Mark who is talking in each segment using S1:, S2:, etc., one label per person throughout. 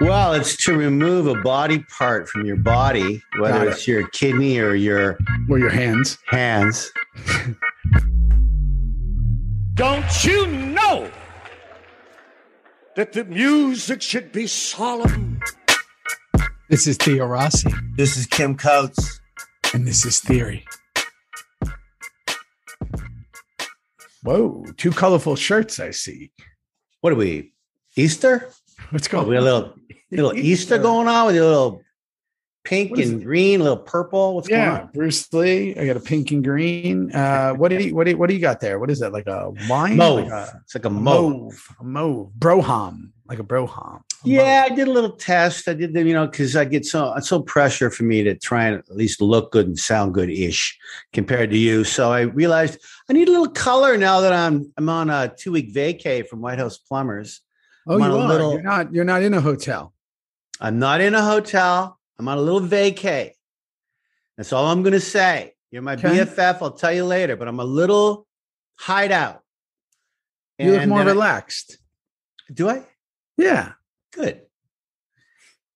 S1: Well, it's to remove a body part from your body, whether
S2: Got it.
S1: it's your kidney or your
S2: Or your hands.
S1: hands.
S3: Don't you know that the music should be solemn?
S4: This is Theo Rossi,
S1: This is Kim Coates.
S4: and this is Theory.
S2: Whoa, two colorful shirts I see.
S1: What are we? Easter?
S2: What's
S1: Oh,
S2: going
S1: we got a little little Easter going on with a little pink
S2: What is
S1: and green, a little purple. What's going
S2: Yeah,
S1: on?
S2: Bruce Lee. I got a pink and green. Uh, what do you what do you, what do you got there? What is that? Like a wine?
S1: Mauve.
S2: Like a
S1: It's like a mauve.
S2: mauve. A mauve. Broham. Like a broham.
S1: Yeah, I did a little test. I did the, you know, because I get so it's so pressure for me to try and at least look good and sound good ish compared to you. So I realized I need a little color now that I'm I'm on a two week vacay from White House Plumbers.
S2: Oh,
S1: I'm
S2: you
S1: on a
S2: are.
S1: little-
S2: You're not. You're not in a hotel.
S1: I'm not in a hotel. I'm on a little vacay. That's all I'm gonna say. You're my
S2: Okay.
S1: BFF. I'll tell you later, but I'm a little hideout.
S2: You look
S1: And
S2: more
S1: then I-
S2: relaxed.
S1: Do I?
S2: Yeah.
S1: Good.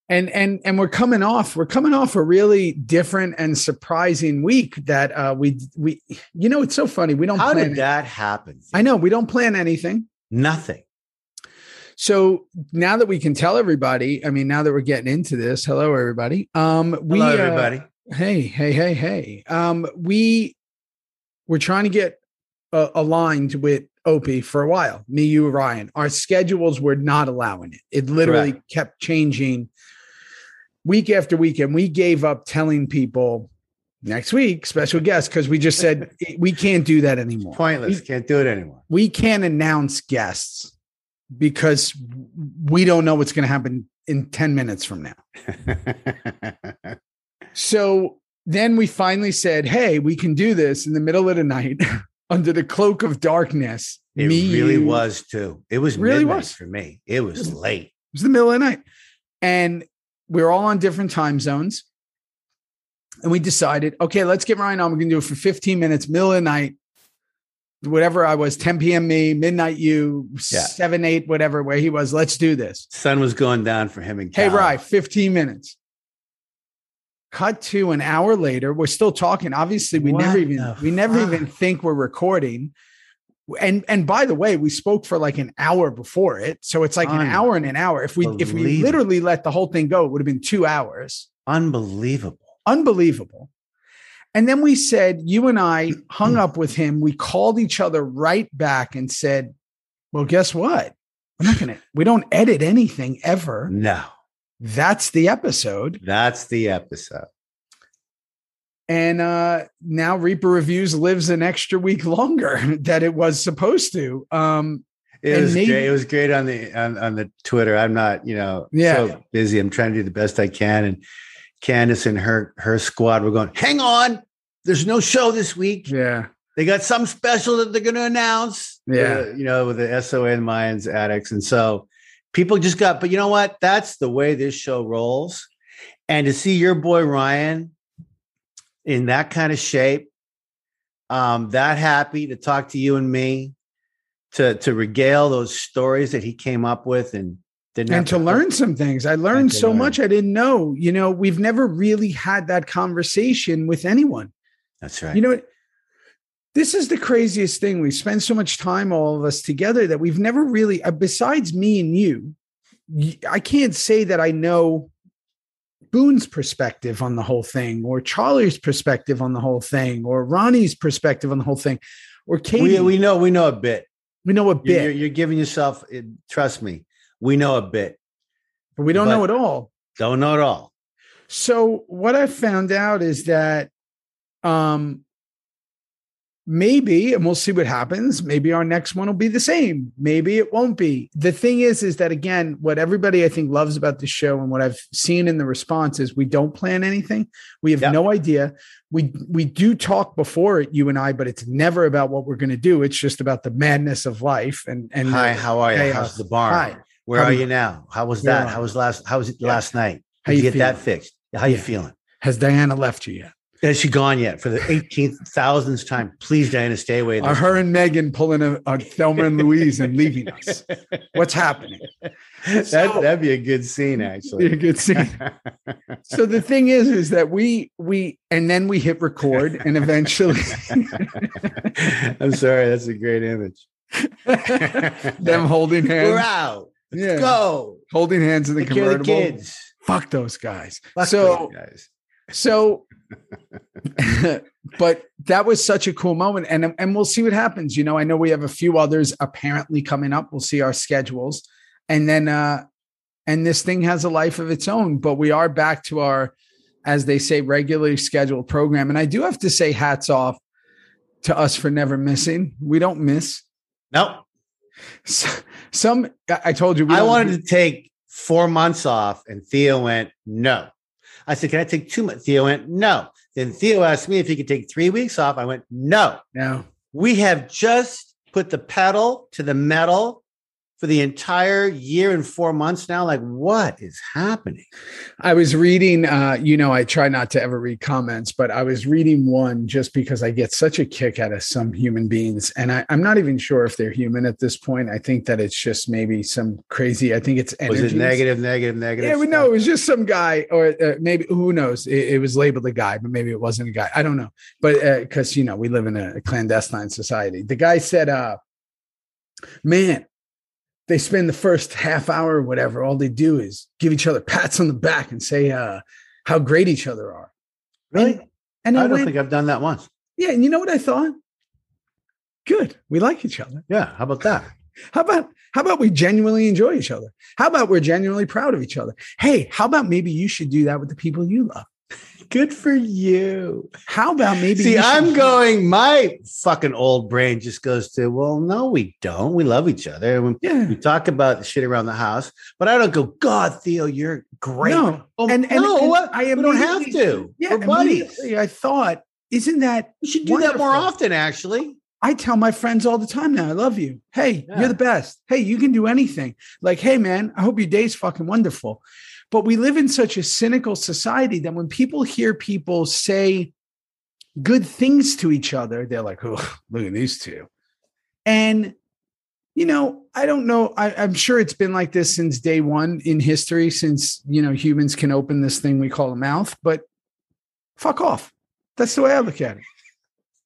S2: and and and we're coming off we're coming off a really different and surprising week that uh we we you know it's so funny we don't
S1: How
S2: plan
S1: did that happen?
S2: i know we don't plan anything
S1: Nothing.
S2: so now that we can tell everybody i mean now that we're getting into this hello everybody um we
S1: Hello,
S2: uh,
S1: everybody.
S2: hey hey hey hey um we we're trying to get uh, aligned with opie for a while me you ryan our schedules were not allowing it it literally kept changing week after week and we gave up telling people next week special guest because we just said we can't do that anymore
S1: Pointless. Can't do it anymore.
S2: we can't announce guests because we don't know what's going to happen in 10 minutes from now So then we finally said, "Hey, we can do this in the middle of the night under the cloak of darkness."
S1: It
S2: me,
S1: really
S2: you-
S1: was too. It was
S2: Really
S1: really
S2: was.
S1: was for me. It was
S2: It was-
S1: late.
S2: It was the middle of the night, and we were all on different time zones. And we decided, okay, let's get Ryan on. We're gonna do it for 15 minutes, middle of the night, whatever I was, 10 p.m. me, midnight you,
S1: Yeah.
S2: seven, eight, whatever, where he was. Let's do this.
S1: Sun was going down for him and
S2: Hey,
S1: Cal.
S2: Rye, 15 minutes. Cut to an hour later. We're still talking. Obviously, we
S1: What
S2: never even
S1: the
S2: we never
S1: fuck?
S2: even think we're recording. And and by the way, we spoke for like an hour before it. So it's like an hour and an hour. If we if we
S1: Unbelievable.
S2: literally let the whole thing go, it would have been two hours.
S1: Unbelievable.
S2: Unbelievable. And then we said, you and I hung up with him. We called each other right back and said, Well, guess what? We're not gonna, we don't edit anything ever.
S1: No,
S2: That's the episode.
S1: that's the episode.
S2: and uh now reaper reviews lives an extra week longer that it was supposed to um
S1: It
S2: And
S1: was
S2: maybe-
S1: great. It was great on the on, on the Twitter. I'm not, you know,
S2: Yeah.
S1: so busy. I'm trying to do the best I can. And Candace and her her squad were going, hang on. There's no show this week.
S2: yeah
S1: They got something special that they're going to announce.
S2: Yeah.
S1: Uh, you know, with the SOA and Mayans addicts. And so people just got, but you know what? That's the way this show rolls. And to see your boy Ryan in that kind of shape, um, that happy to talk to you and me, to to regale those stories that he came up with and didn't have
S2: and to learn some things i learned
S1: to
S2: so
S1: learn.
S2: much i didn't know you know we've never really had that conversation with anyone
S1: That's right.
S2: you know this is the craziest thing we spend so much time all of us together that we've never really uh, besides me and you y- i can't say that i know boone's perspective on the whole thing or charlie's perspective on the whole thing or ronnie's perspective on the whole thing or
S1: we
S2: katie we,
S1: we know we know a bit.
S2: know a
S1: You're- You're,
S2: bit
S1: you're giving yourself. Trust me, we know a bit.
S2: but we don't know it
S1: but-
S2: all
S1: Don't know it all.
S2: So what I found out is that um maybe and we'll see what happens maybe our next one will be the same maybe it won't be the thing is is that again what everybody i think loves about the show and what i've seen in the response is we don't plan anything we have
S1: Yep.
S2: no idea we we do talk before it you and i but it's never about what we're going to do it's just about the madness of life and and
S1: Hi, how are you?
S2: Hey,
S1: How's
S2: uh,
S1: the barn?
S2: hi.
S1: Where
S2: How
S1: are
S2: do you-
S1: you now? How was
S2: Where
S1: that?
S2: are
S1: How
S2: you?
S1: was last? How was it
S2: Yeah.
S1: last night?
S2: How
S1: Did you
S2: you
S1: get that
S2: feeling?
S1: fixed? How you
S2: Yeah.
S1: feeling?
S2: has diana left you yet
S1: Is she gone yet? For the 18th thousandth time, please, Diana, stay away.
S2: Are her and Megan pulling a, a Thelma and Louise and leaving us? What's happening?
S1: that,
S2: So-
S1: that'd be a good scene,
S2: You're a
S1: actually.
S2: good scene. so the thing is is that we we and then we hit record and eventually
S1: I'm sorry, that's a great image.
S2: them holding
S1: We're
S2: hands
S1: out.
S2: yeah,
S1: Go.
S2: holding hands in the
S1: Take care of the
S2: convertible
S1: kids.
S2: fuck those guys
S1: Fuck
S2: so
S1: those guys.
S2: so but that was such a cool moment and and we'll see what happens you know i know we have a few others apparently coming up we'll see our schedules and then uh and this thing has a life of its own but we are back to our as they say regularly scheduled program and i do have to say hats off to us for never missing we don't miss
S1: Nope.
S2: S- some i I told you we
S1: I
S2: don't-
S1: wanted to take four months off, and Theo went, no. I said, can I take two months? Theo went, no. Then Theo asked me if he could take three weeks off. I went, no.
S2: no
S1: We have just put the pedal to the metal for the entire year and four months now. Like, what is happening?
S2: I was reading, uh, you know, I try not to ever read comments, but I was reading one just because I get such a kick out of some human beings. And I, I'm not even sure if they're human at this point. I think that it's just maybe some crazy, I think it's energy.
S1: Was it negative, negative, negative?
S2: Yeah, we
S1: stuff?
S2: know it was just some guy, or uh, maybe who knows? It, it was labeled a guy, but maybe it wasn't a guy. I don't know, but because you know we live in a clandestine society. The guy said, uh, "Man, they spend the first half hour or whatever. All they do is give each other pats on the back and say uh, how great each other are."
S1: Really?
S2: And, and I,
S1: I don't
S2: went,
S1: think I've done that once.
S2: yeah, and you know what I thought? Good, we like each other.
S1: Yeah. How about that?
S2: How about how about we genuinely enjoy each other? How about we're genuinely proud of each other? Hey, how about maybe you should do that with the people you love?
S1: Good for you.
S2: How about maybe
S1: See,
S2: you should-
S1: I'm going, my fucking old brain just goes to, well, no, we don't. We love each other. And when
S2: Yeah.
S1: we talk about the shit around the house, but I don't go, God, Theo, you're great.
S2: No.
S1: Oh,
S2: And- and-
S1: no,
S2: and
S1: what?
S2: I
S1: we don't have
S2: immediately-
S1: to.
S2: Yeah,
S1: We're buddies.
S2: immediately I thought, isn't that
S1: We should do that more
S2: Wonderful.
S1: often, actually.
S2: I tell my friends all the time now, I love you. Hey,
S1: Yeah.
S2: you're the best. Hey, you can do anything. Like, hey man, I hope your day's fucking wonderful. But we live in such a cynical society that when people hear people say good things to each other, they're like, oh, look at these two. And you know, I don't know. I, I'm sure it's been like this since day one in history, since you know humans can open this thing we call a mouth. But fuck off. That's the way I look at it.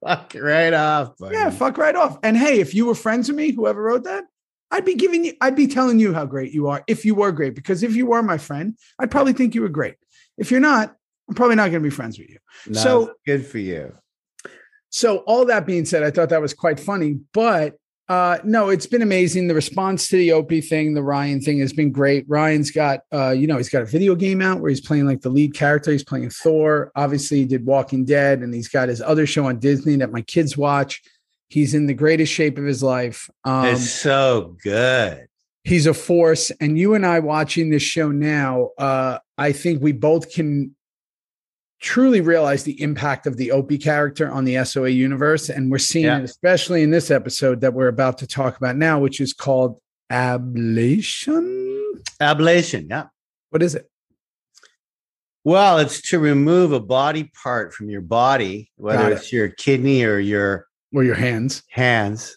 S1: Fuck right off. buddy.
S2: Yeah, fuck right off. And hey, if you were friends with me, whoever wrote that, I'd be giving you, I'd be telling you how great you are if you were great. Because if you were my friend, I'd probably think you were great. If you're not, I'm probably not going to be friends with you.
S1: No,
S2: So-
S1: good for you.
S2: So, all that being said, I thought that was quite funny. But uh, no, it's been amazing. The response to the Opie thing, the Ryan thing has been great. Ryan's got, uh, you know, he's got a video game out where he's playing like the lead character. He's playing Thor. Obviously, he did Walking Dead, and he's got his other show on Disney that my kids watch. He's in the greatest shape of his life. Um,
S1: it's so good.
S2: he's a force and you and i watching this show now uh i think we both can truly realize the impact of the opie character on the soa universe and we're seeing
S1: Yeah.
S2: it especially in this episode that we're about to talk about now which is called ablation
S1: Ablation. Yeah.
S2: what is it
S1: Well, it's to remove a body part from your body, whether
S2: Got it.
S1: it's your kidney or your
S2: or your hands
S1: hands.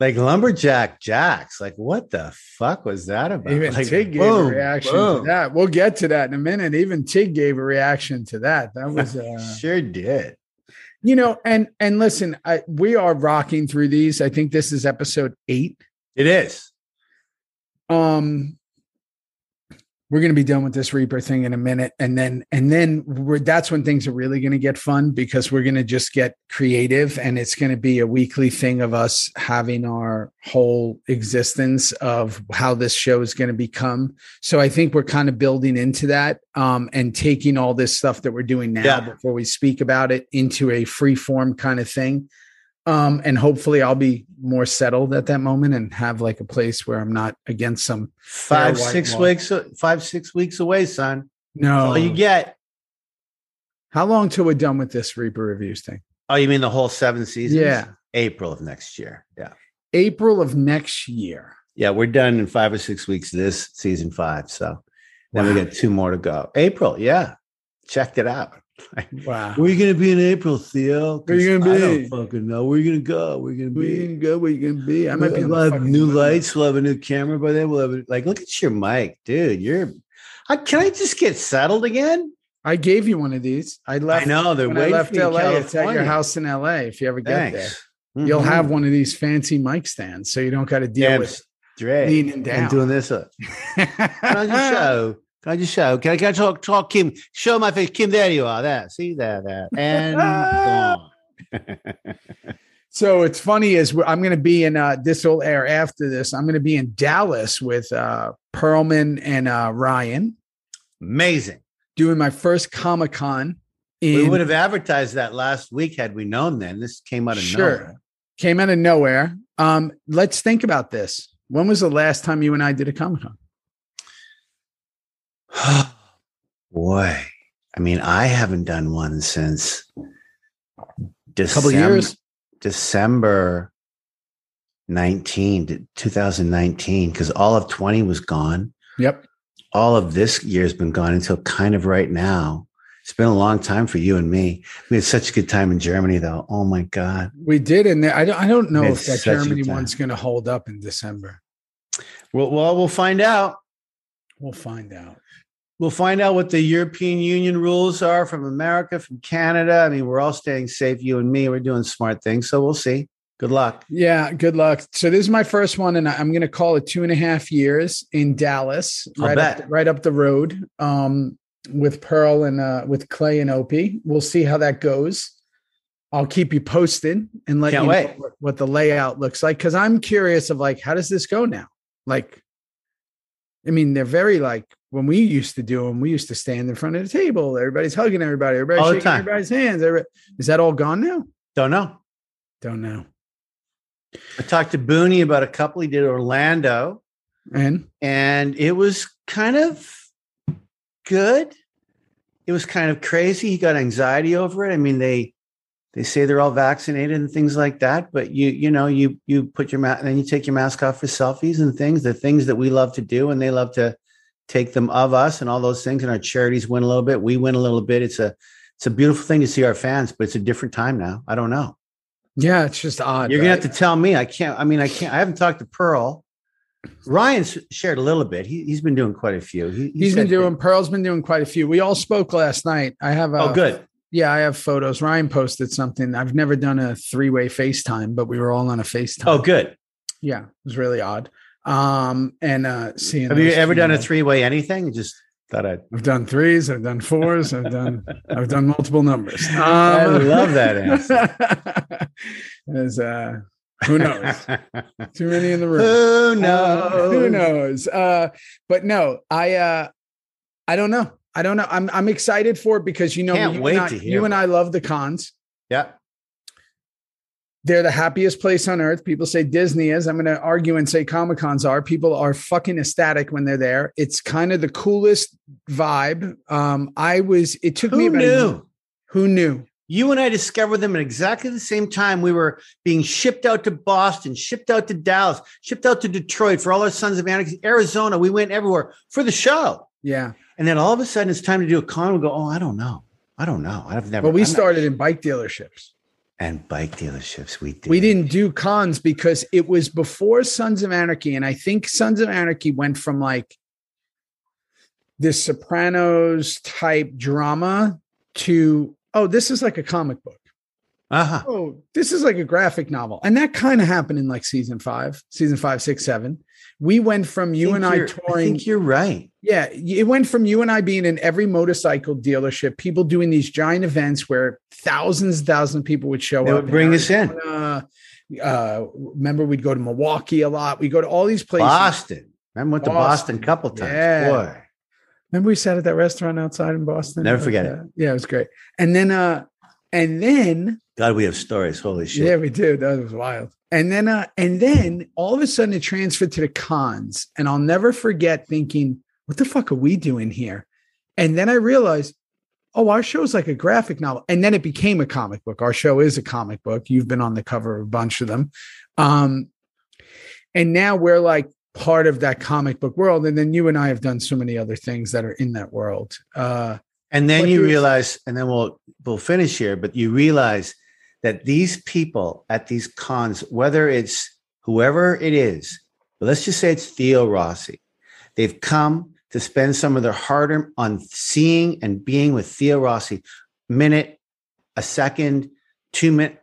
S1: like lumberjack jacks. Like, what the fuck was that about?
S2: even
S1: like,
S2: tig gave
S1: boom,
S2: a reaction
S1: boom.
S2: to that we'll get to that in a minute even tig gave a reaction to that that was uh
S1: Sure did.
S2: you know and and listen i we are rocking through these i think this is episode eight
S1: It is.
S2: um we're going to be done with this reaper thing in a minute and then and then we're, that's when things are really going to get fun because we're going to just get creative and it's going to be a weekly thing of us having our whole existence of how this show is going to become so i think we're kind of building into that um and taking all this stuff that we're doing now
S1: Yeah.
S2: before we speak about it into a free form kind of thing um and hopefully i'll be more settled at that moment and have like a place where i'm not against some
S1: Five,
S2: white
S1: six
S2: wall. Oh.
S1: weeks, five, six weeks away, son.
S2: no
S1: All you get.
S2: how long till we're done with this reaper reviews thing
S1: Oh, you mean the whole seven seasons?
S2: Yeah.
S1: April of next year. Yeah.
S2: april of next year
S1: Yeah, we're done in five or six weeks this season five. So then we
S2: Wow.
S1: got two more to go. April, yeah. Checked it out.
S2: Wow.
S1: Where are you going to be in April, Theo? 'Cause
S2: Where you gonna
S1: I don't
S2: be?
S1: fucking know. Where are you going to go? Where are you going to
S2: Where
S1: be?
S2: you can go, where you can be. I might be on the
S1: we'll have
S2: fucking
S1: new
S2: moon.
S1: lights. We'll have a new camera by then. We'll have a, like, look at your mic, dude. You're. I, can I just get settled again?
S2: I gave you one of these. I left.
S1: I know they're
S2: When I
S1: waiting
S2: left
S1: for you in
S2: LA, it's at your
S1: California.
S2: house in LA. If you ever get there,
S1: Thanks.
S2: you'll
S1: Mhm.
S2: have one of these fancy mic stands, so you don't got to deal
S1: Damn
S2: with
S1: straight.
S2: leaning down.
S1: I'm doing this. Up. Can I just show? Can I just show? Can I, can I talk? Talk, Kim. Show my face, Kim. There you are. There. See there. There. And gone.
S2: So it's funny is we're- I'm going to be in uh, this will air after this. I'm going to be in Dallas with uh, Perlman and uh, Ryan
S1: Amazing.
S2: doing my first Comic Con.
S1: We
S2: In
S1: would have advertised that last week had we known. Then this came out of
S2: sure
S1: nowhere.
S2: came out of nowhere. Um, let's think about this. When was the last time you and I did a Comic Con?
S1: Boy, I mean, I haven't done one since
S2: A
S1: December,
S2: couple years.
S1: December 19, to 2019, because all of 20 was gone.
S2: Yep.
S1: all of this year has been gone until kind of right now. It's been a long time for you and me. We had such a good time in Germany, though. Oh my God.
S2: We did, and I don't, I don't know
S1: It's
S2: if that
S1: such a
S2: Germany
S1: time.
S2: one's going to hold up in December.
S1: Well, well, we'll find out.
S2: We'll find out.
S1: We'll find out what the European Union rules are from America, from Canada. I mean, we're all staying safe, you and me. We're doing smart things. So we'll see. Good luck.
S2: Yeah, good luck. So this is my first one, and I- I'm going to call it two and a half years in Dallas,
S1: I'll
S2: right up,
S1: bet.
S2: right up the road, um, with Pearl and uh, with Clay and Opie. We'll see how that goes. I'll keep you posted and let
S1: Can't
S2: you know
S1: wait.
S2: what, what the layout looks like because I'm curious of like how does this go now? Like, I mean, they're very like when we used to do them. We used to stand in front of the table. Everybody's hugging everybody. Everybody's
S1: All the
S2: shaking
S1: time.
S2: everybody's hands. Everybody, is that all gone now?
S1: Don't know.
S2: Don't know.
S1: I talked to Booney about a couple. He did Orlando,
S2: And
S1: and it was kind of good. It was kind of crazy. He got anxiety over it. I mean, they they say they're all vaccinated and things like that, but you you know you you put your mask and then you take your mask off for selfies and things. The things that we love to do, and they love to take them of us and all those things. And our charities win a little bit. We win a little bit. It's a it's a beautiful thing to see our fans, but it's a different time now. I don't know.
S2: yeah, it's just odd.
S1: You're gonna
S2: right?
S1: have to tell me. I can't. I mean, I can't. I haven't talked to Pearl. Ryan's shared a little bit. He, he's been doing quite a few. He, he
S2: He's been
S1: said-
S2: doing. Pearl's been doing quite a few. We all spoke last night. I have. Uh,
S1: Oh, good.
S2: Yeah, I have photos. Ryan posted something. I've never done a three-way FaceTime, but we were all on a FaceTime.
S1: Oh, good.
S2: yeah, it was really odd. Um, and uh, seeing.
S1: Have you
S2: those
S1: ever
S2: two
S1: done a
S2: guys.
S1: three-way anything? Just thought I'd.
S2: I've done threes. I've done fours. I've done. I've done multiple numbers. Um,
S1: I love that
S2: answer. Is uh, who knows? Too many in the room.
S1: Who
S2: Uh,
S1: knows?
S2: who knows? Uh, but no, I uh, I don't know. I don't know. I'm I'm excited for it because you know
S1: Can't
S2: you,
S1: wait
S2: and I,
S1: to hear
S2: you and I love the cons.
S1: Yeah.
S2: They're the happiest place on earth. People say Disney is. I'm going to argue and say Comic Cons are. People are fucking ecstatic when they're there. It's kind of the coolest vibe. Um, I was. It took me.
S1: Who
S2: about a year-
S1: knew?
S2: who knew?
S1: You and I discovered them at exactly the same time. We were being shipped out to Boston, shipped out to Dallas, shipped out to Detroit for all our sons of anarchy, Arizona. We went everywhere for the show.
S2: Yeah.
S1: And then all of a sudden it's time to do a con. We go, oh, I don't know. I don't know. I've never.
S2: But we
S1: I'm not-"
S2: started in bike dealerships.
S1: and bike dealerships. We did.
S2: We didn't do cons because it was before Sons of Anarchy. And I think Sons of Anarchy went from like this Sopranos type drama to, oh, this is like a comic book.
S1: Uh huh.
S2: Oh, this is like a graphic novel. And that kind of happened in like season five, season five, six, seven. We went from you and I
S1: I
S2: touring
S1: think you're right.
S2: yeah, it went from you and I being in every motorcycle dealership, people doing these giant events where thousands and thousands of people would show
S1: They
S2: up.
S1: would bring us in.
S2: Arizona. Uh, remember, we'd go to Milwaukee a lot. We go to all these places.
S1: Boston. I went to Boston a couple times.
S2: Yeah.
S1: Boy.
S2: Remember, we sat at that restaurant outside in Boston.
S1: Never forget
S2: it. Yeah, it was great. And then, uh, and then,
S1: God, we have stories. Holy shit.
S2: yeah, we did. That was wild. And then, uh, and then, all of a sudden, it transferred to the cons, and I'll never forget thinking, "What the fuck are we doing here?" And then I realized, oh, our show's like a graphic novel. And then it became a comic book. Our show is a comic book. You've been on the cover of a bunch of them. Um, and now we're like part of that comic book world. And then you and I have done so many other things that are in that world. Uh,
S1: And then
S2: But
S1: you
S2: here's-
S1: realize, and then we'll we'll finish here, but you realize that these people at these cons, whether it's whoever it is, but let's just say it's Theo Rossi, they've come to spend some of their hard earned on seeing and being with Theo Rossi, minute, a second, two minute.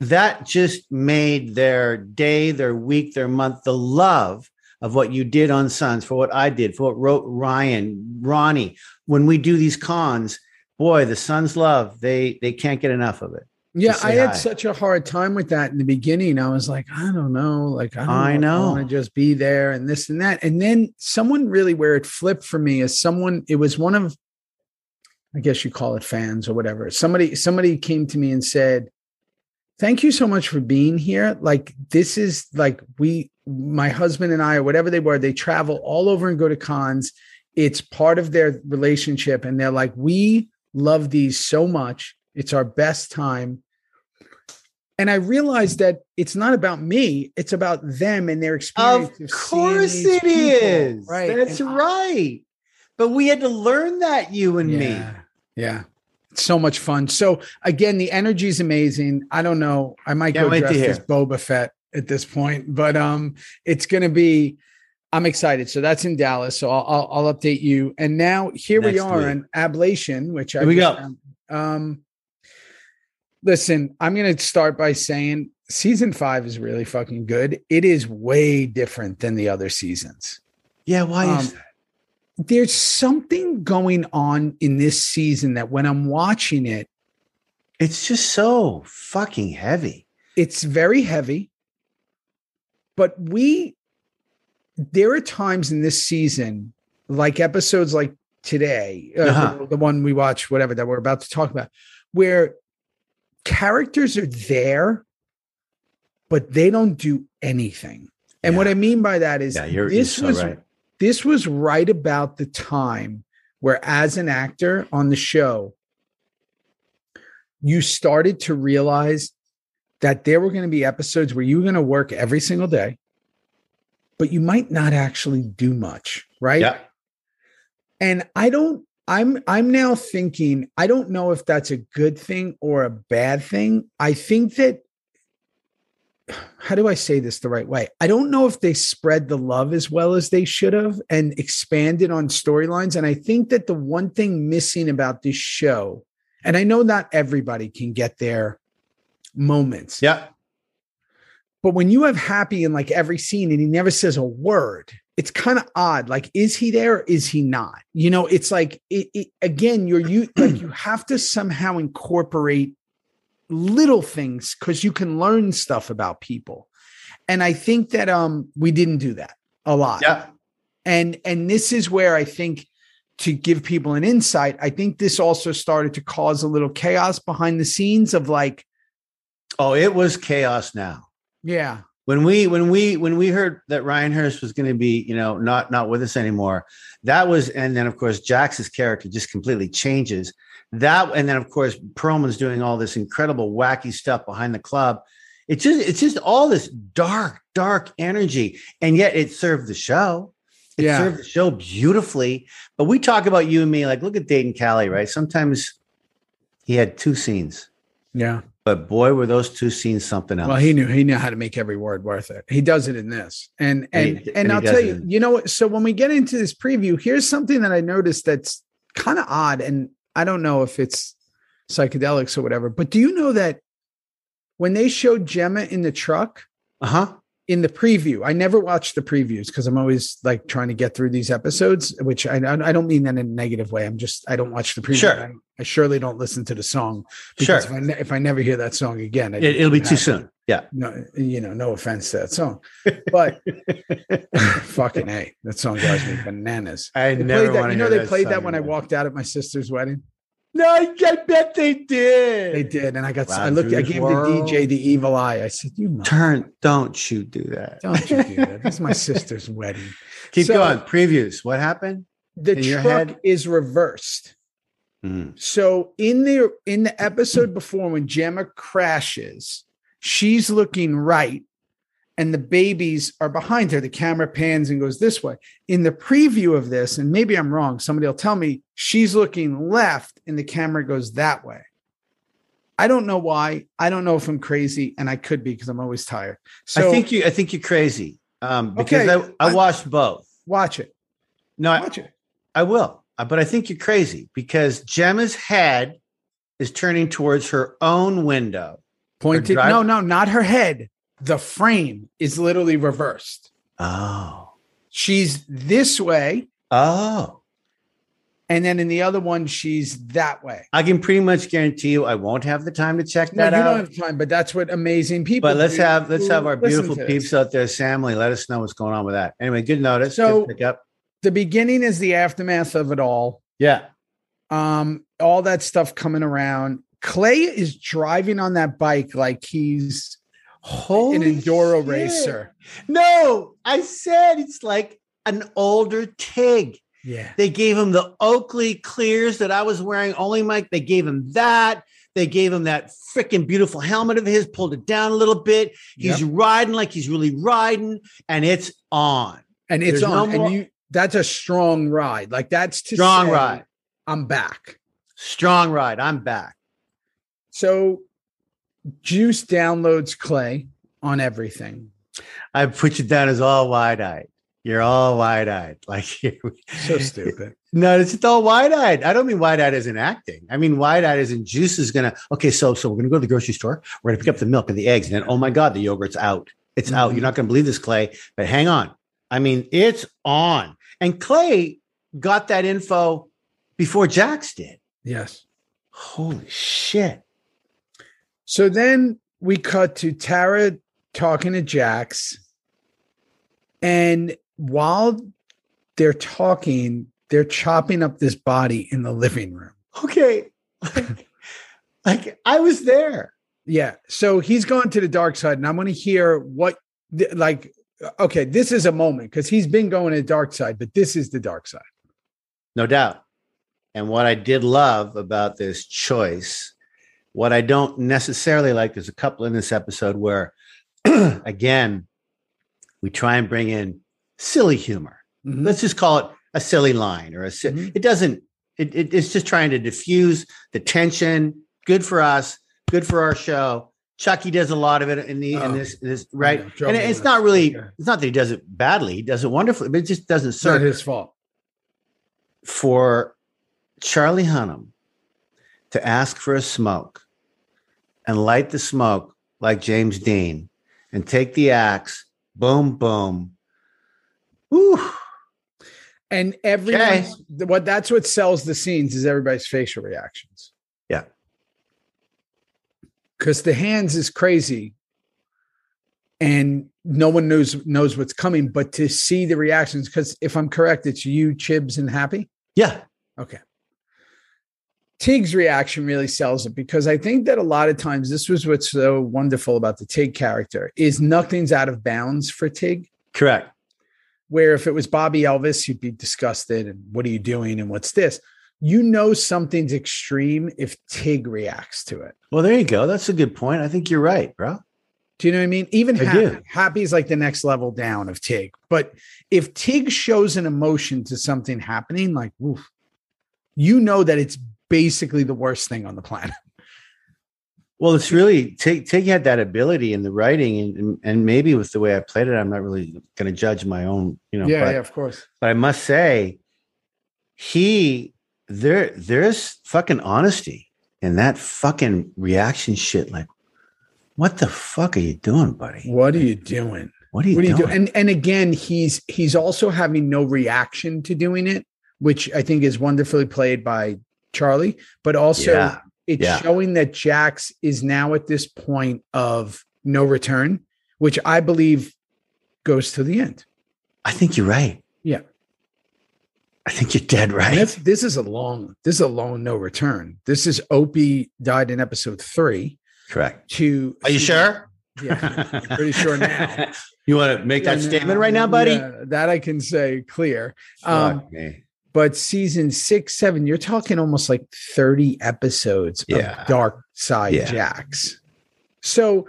S1: That just made their day, their week, their month, the love of what you did on Sons, for what I did, for what wrote Ryan, Ronnie, when we do these cons, boy, the Suns love they they can't get enough of it.
S2: Yeah,
S1: say
S2: I had
S1: hi.
S2: such a hard time with that in the beginning. I was like, I don't know, like I, don't
S1: I know.
S2: want to just be there and this and that. And then someone really where it flipped for me is someone. It was one of, I guess you call it fans or whatever. Somebody somebody came to me and said, "Thank you so much for being here. Like this is like we, my husband and I, or whatever they were, they travel all over and go to cons. It's part of their relationship, and they're like, we love these so much. It's our best time." and I realized that it's not about me; it's about them and their experience.
S1: Of
S2: seeing
S1: course
S2: these
S1: it
S2: people,
S1: is.
S2: right.
S1: That's
S2: And I-
S1: right. But we had to learn that you and me.
S2: yeah, yeah, it's so much fun. So again, the energy is amazing. I don't know; I might
S1: Can't
S2: go
S1: wait to
S2: dressed
S1: hear.
S2: as Boba Fett at this point, but um, it's going to be. I'm excited. So that's in Dallas. So I'll I'll, I'll update you. And now here we
S1: Next
S2: are
S1: week.
S2: in ablation, which I
S1: Here we
S2: just
S1: go.
S2: found- Um, listen, I'm going to start by saying season five is really fucking good. It is way different than the other seasons.
S1: Yeah, why
S2: Um,
S1: is that?
S2: There's something going on in this season that when I'm watching it,
S1: It's just so fucking heavy.
S2: it's very heavy. But we, there are times in this season, like episodes like today, uh,
S1: Uh-huh.
S2: the, the one we watch, whatever that we're about to talk about, where characters are there, but they don't do anything. And
S1: Yeah.
S2: what I mean by that is
S1: Yeah, you're,
S2: this
S1: you're
S2: was
S1: so right.
S2: this was right about the time where as an actor on the show you started to realize that there were going to be episodes where you were going to work every single day but you might not actually do much right
S1: Yeah.
S2: and i don't i'm i'm now thinking i don't know if that's a good thing or a bad thing i think that how do i say this the right way i don't know if they spread the love as well as they should have and expanded on storylines and i think that the one thing missing about this show and i know not everybody can get their moments
S1: Yeah.
S2: but when you have happy in like every scene and he never says a word, it's kind of odd. Like, is he there? Or is he not? You know, it's like it, it- again, you're you like you have to somehow incorporate little things because you can learn stuff about people. And I think that um we didn't do that a lot
S1: Yeah.
S2: and and this is where i think to give people an insight i think this also started to cause a little chaos behind the scenes of like
S1: Oh, it was chaos now.
S2: yeah
S1: When we when we when we heard that Ryan Hurst was going to be, you know, not not with us anymore, that was and then of course Jax's character just completely changes. That and then of course Perlman's doing all this incredible wacky stuff behind the club. It's just it's just all this dark dark energy, and yet it served the show. It
S2: Yeah.
S1: served the show beautifully. But we talk about you and me, like look at Dayton Callie, right? Sometimes he had two scenes,
S2: yeah
S1: but boy, were those two scenes something else.
S2: well he knew he knew how to make every word worth it he does it in this and
S1: And
S2: and
S1: he-
S2: and,
S1: and he
S2: i'll
S1: does
S2: tell
S1: it
S2: you
S1: in-
S2: you know what so when we get into this preview here's something that i noticed that's kind of odd and i don't know if it's psychedelics or whatever but do you know that when they showed gemma in the truck
S1: Uh huh.
S2: in the preview i never watch the previews because i'm always like trying to get through these episodes which I, I don't mean that in a negative way i'm just i don't watch the preview
S1: Sure.
S2: I, I surely don't listen to the song
S1: Sure.
S2: because if, I ne- if i never hear that song again I
S1: It, it'll be
S2: don't
S1: too
S2: have-
S1: soon. Yeah.
S2: no, you know no offense to that song but fucking hey that song drives me bananas
S1: I
S2: they
S1: never
S2: played that
S1: want
S2: you know they played that when i walked out at my sister's wedding
S1: No, I, I bet they did.
S2: they did and i got i
S1: Round
S2: looked
S1: through
S2: i
S1: the
S2: gave
S1: world.
S2: the dj the evil eye i said you mother-
S1: Turn. Don't you do that?
S2: don't you do that this is my sister's wedding
S1: Keep
S2: So-
S1: going. Previews. What happened?
S2: the
S1: In your
S2: truck
S1: head?
S2: is reversed.
S1: Mm.
S2: So in the in the episode before when Gemma crashes, she's looking right and the babies are behind her. The camera pans and goes this way. In the preview of this, and maybe I'm wrong, somebody will tell me she's looking left and the camera goes that way. I don't know why. I don't know if I'm crazy, and I could be because I'm always tired. So
S1: I think you. I think you're crazy. Um, because
S2: Okay,
S1: I, I
S2: I-
S1: watched both.
S2: watch it.
S1: No, I,
S2: Watch it.
S1: I will. Uh, But I think you're crazy because Gemma's head is turning towards her own window.
S2: Pointed.
S1: drive-
S2: No, no, not her head. The frame is literally reversed.
S1: Oh.
S2: She's this way,
S1: Oh.
S2: and then in the other one, she's that way.
S1: I can pretty much guarantee you I won't have the time to check
S2: No, you
S1: that
S2: don't
S1: out.
S2: have time, but that's what amazing people.
S1: But let's
S2: do
S1: have let's
S2: who
S1: have our
S2: listen
S1: beautiful
S2: to this.
S1: peeps out there, Samly. Let us know what's going on with that. Anyway, good notice.
S2: So-
S1: good pickup.
S2: The beginning is the aftermath of it all.
S1: Yeah.
S2: um all that stuff coming around clay is driving on that bike like he's
S1: Holy
S2: an enduro
S1: shit.
S2: racer
S1: No, I said it's like an older Tig.
S2: yeah
S1: They gave him the Oakley clears that I was wearing. Only Mike. They gave him that. They gave him that freaking beautiful helmet of his. Pulled it down a little bit. He's riding like he's really riding, and it's on.
S2: and
S1: There's
S2: it's on
S1: no more-
S2: and you that's a strong ride like that's to
S1: Strong
S2: say,
S1: ride.
S2: i'm back
S1: Strong ride. I'm back.
S2: so juice downloads clay on everything
S1: I put you down as all wide eyed. You're all wide eyed. Like
S2: so stupid
S1: No, it's all wide-eyed. I don't mean wide-eyed as in acting. I mean wide-eyed as in juice is gonna. Okay, so so we're gonna go to the grocery store. We're gonna pick up the milk and the eggs, and then oh my god, the yogurt's out. It's out. You're not gonna believe this, Clay. But hang on. I mean, it's on. And Clay got that info before Jax did.
S2: yes
S1: Holy shit!
S2: so then we cut to tara talking to jax and while they're talking they're chopping up this body in the living room
S1: Okay, like I was there.
S2: Yeah. So he's gone to the dark side, and I want to hear what, th- like, uh, okay, this is a moment because he's been going to the dark side, but this is the dark side.
S1: No doubt. And what I did love about this choice, what I don't necessarily like, there's a couple in this episode where, again, we try and bring in silly humor.
S2: Mm-hmm.
S1: Let's just call it a silly line or a. si-
S2: Mhm.
S1: It doesn't. It, it, it's just trying to diffuse the tension. Good for us. Good for our show. Chucky does a lot of it in the in
S2: Oh,
S1: this, this right,
S2: yeah, Joe
S1: and it's
S2: Lewis,
S1: not really.
S2: okay.
S1: It's not that he does it badly. He does it wonderfully, but it just doesn't
S2: It's not
S1: serve
S2: his fault.
S1: for Charlie Hunnam to ask for a smoke and light the smoke like James Dean and take the axe, boom, boom. Ooh,
S2: And everyone,
S1: Okay.
S2: what that's what sells the scenes is everybody's facial reactions.
S1: Yeah.
S2: Because the hands is crazy, and no one knows knows what's coming. But to see the reactions, because if I'm correct, it's you, Chibs, and Happy.
S1: yeah,
S2: Okay. Tig's reaction really sells it because I think that a lot of times this was what's so wonderful about the Tig character is nothing's out of bounds for Tig.
S1: correct.
S2: Where if it was Bobby Elvis, you'd be disgusted and what are you doing and what's this? You know something's extreme if Tig reacts to it.
S1: Well, there you go. That's a good point. I think you're right, bro.
S2: Do you know what I mean? Even
S1: I
S2: Happy,
S1: do.
S2: Happy's like the next level down of Tig. But if Tig shows an emotion to something happening, like oof, you know that it's basically the worst thing on the planet.
S1: Well, it's really Tig, Tig had that ability in the writing, and, and and maybe with the way I played it, I'm not really going to judge my own, you know.
S2: yeah,
S1: but-
S2: yeah, of course.
S1: but I must say, he there there's fucking honesty in that fucking reaction shit. Like, what the fuck are you doing, buddy?
S2: What are you doing?
S1: What are you,
S2: What are you
S1: doing?
S2: doing? And and again, he's he's also having no reaction to doing it, which I think is wonderfully played by Charlie, but also
S1: Yeah,
S2: it's
S1: yeah.
S2: showing that Jax is now at this point of no return, which I believe goes to the end.
S1: I think you're right.
S2: Yeah.
S1: I think you're dead right.
S2: And that's, this is a long, this is a long no return. This is Opie died in episode three.
S1: correct.
S2: To
S1: Are you sure?
S2: Yeah, I'm pretty sure now.
S1: you want to make that
S2: Yeah,
S1: statement right now, buddy?
S2: yeah, that I can say clear. Um,
S1: Fuck me.
S2: but season six, seven, you're talking almost like 30 episodes
S1: Yeah.
S2: of Dark Side
S1: Yeah.
S2: Jacks. So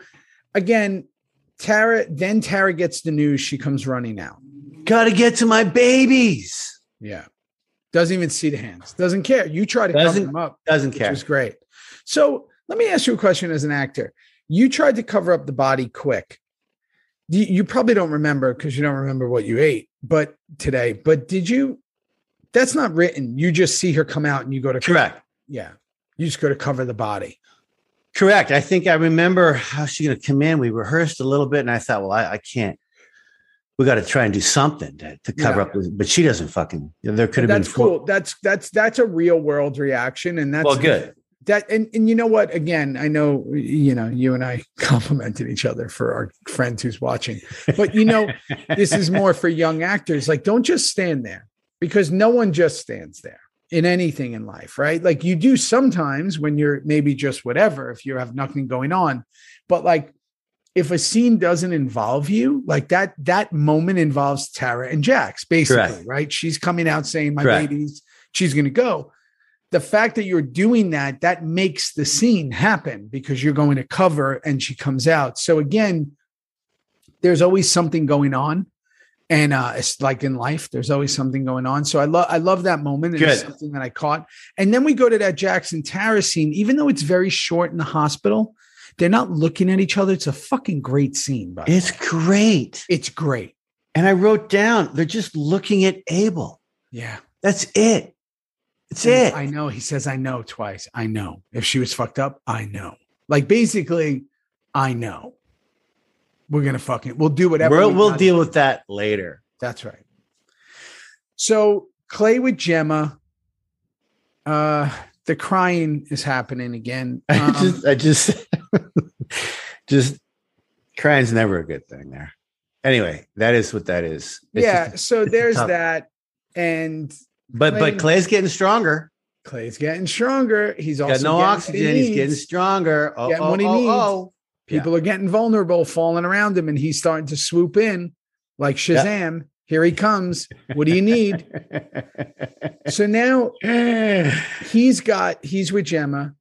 S2: again, Tara, then Tara gets the news. She comes running out.
S1: Gotta get to my babies.
S2: Yeah. Doesn't even see the hands. Doesn't care. You try to
S1: Doesn't-
S2: cover them up,
S1: Doesn't
S2: which
S1: care.
S2: was great. So let me ask you a question as an actor. You tried to cover up the body quick. You, you probably don't remember because you don't remember what you ate, but today, but did you? That's not written. You just see her come out and you go to
S1: Correct.
S2: Yeah. You just go to cover the body.
S1: Correct. I think I remember how she going to come in. We rehearsed a little bit, and I thought, well, I, I can't. We got to try and do something to, to cover
S2: Yeah.
S1: up. This, but she doesn't fucking. There could have been
S2: That's
S1: four-
S2: cool. That's that's that's a real world reaction, and that's
S1: Well, good.
S2: that and, and you know what again i know you know you and i complimented each other for our friend who's watching but you know this is more for young actors like don't just stand there because no one just stands there in anything in life right like you do sometimes when you're maybe just whatever if you have nothing going on but like if a scene doesn't involve you like that that moment involves tara and jax basically
S1: Correct.
S2: right she's coming out saying my
S1: Correct.
S2: babies she's going to go the fact that you're doing that that makes the scene happen because you're going to cover and she comes out so again there's always something going on and uh it's like in life there's always something going on so i love i love that moment and it's
S1: Good.
S2: something that i caught and then we go to that jackson tara scene even though it's very short in the hospital they're not looking at each other it's a fucking great scene but
S1: It's great.
S2: it's great
S1: And I wrote down. They're just looking at Abel.
S2: yeah
S1: That's it. It's
S2: And
S1: it.
S2: I know. He says, I know twice. I know. If she was fucked up, I know. Like basically, I know. We're gonna fucking we'll do whatever.
S1: We'll,
S2: we
S1: we'll
S2: gotta
S1: deal
S2: do.
S1: with that later.
S2: That's right. So Clay with Gemma. Uh the crying is happening again.
S1: I
S2: Um,
S1: just, I just, just crying's never a good thing. There. Anyway, that is what that is. It's
S2: yeah,
S1: just-
S2: so there's
S1: tough.
S2: that. And
S1: but but
S2: Clay-
S1: Clay's getting stronger.
S2: Clay's getting stronger. He's also
S1: Got no
S2: getting what he
S1: oxygen. He's getting
S2: needs.
S1: stronger. Oh,
S2: Getting
S1: oh,
S2: what he
S1: oh,
S2: needs.
S1: oh.
S2: People are getting vulnerable, falling around him, and he's starting to swoop in like
S1: Yeah.
S2: Shazam. Here he comes. What do you need? so now he's got, he's with Gemma.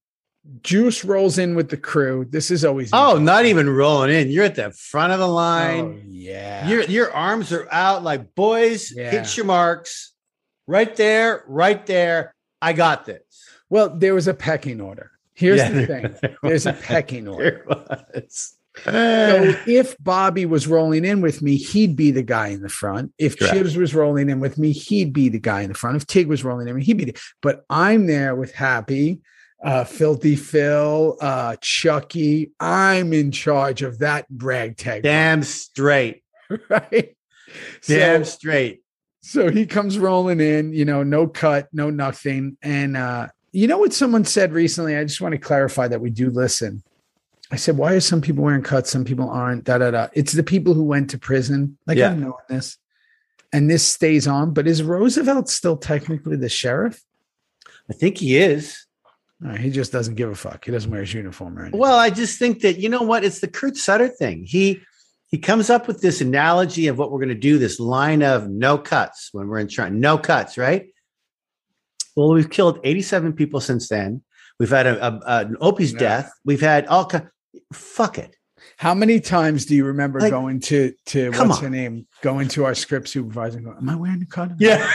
S2: Juice rolls in with the crew. This is always.
S1: oh, not even rolling in. You're at the front of the
S2: Oh,
S1: line.
S2: yeah.
S1: Your your arms are out like boys,
S2: Yeah.
S1: hit your marks. Right there, right there. I got this.
S2: well, there was a pecking order. Here's
S1: Yeah, there-
S2: the thing
S1: there
S2: there's a
S1: was.
S2: pecking order.
S1: There was.
S2: So if Bobby was rolling in with me, he'd be the guy in the front. If
S1: Correct.
S2: Chibs was rolling in with me, he'd be the guy in the front. If Tig was rolling in, he'd be. The, but I'm there with Happy, uh, Filthy Phil, uh, Chucky. I'm in charge of that ragtag,
S1: Damn straight.
S2: group, right?
S1: Damn
S2: So,
S1: straight.
S2: so he comes rolling in, you know, no cut, no nothing. And uh, you know what someone said recently? I just want to clarify that we do listen. I said, why are some people wearing cuts? Some people aren't. Da da da. It's the people who went to prison. Like
S1: Yeah.
S2: I've known this, and this stays on. But is Roosevelt still technically the sheriff?
S1: I think he is.
S2: No, he just doesn't give a fuck. He doesn't wear his uniform or anything.
S1: Well, I just think that you know what? It's the Kurt Sutter thing. He he comes up with this analogy of what we're going to do. This line of no cuts when we're in China. No cuts, right? Well, we've killed eighty-seven people since then. We've had a, a, a- an Opie's
S2: Yeah.
S1: death. We've had all kind. Fuck it.
S2: how many times do you remember
S1: Like,
S2: going to to
S1: come
S2: what's
S1: on.
S2: her name? Going to our script supervisor and going, "Am I wearing a cut?
S1: Yeah.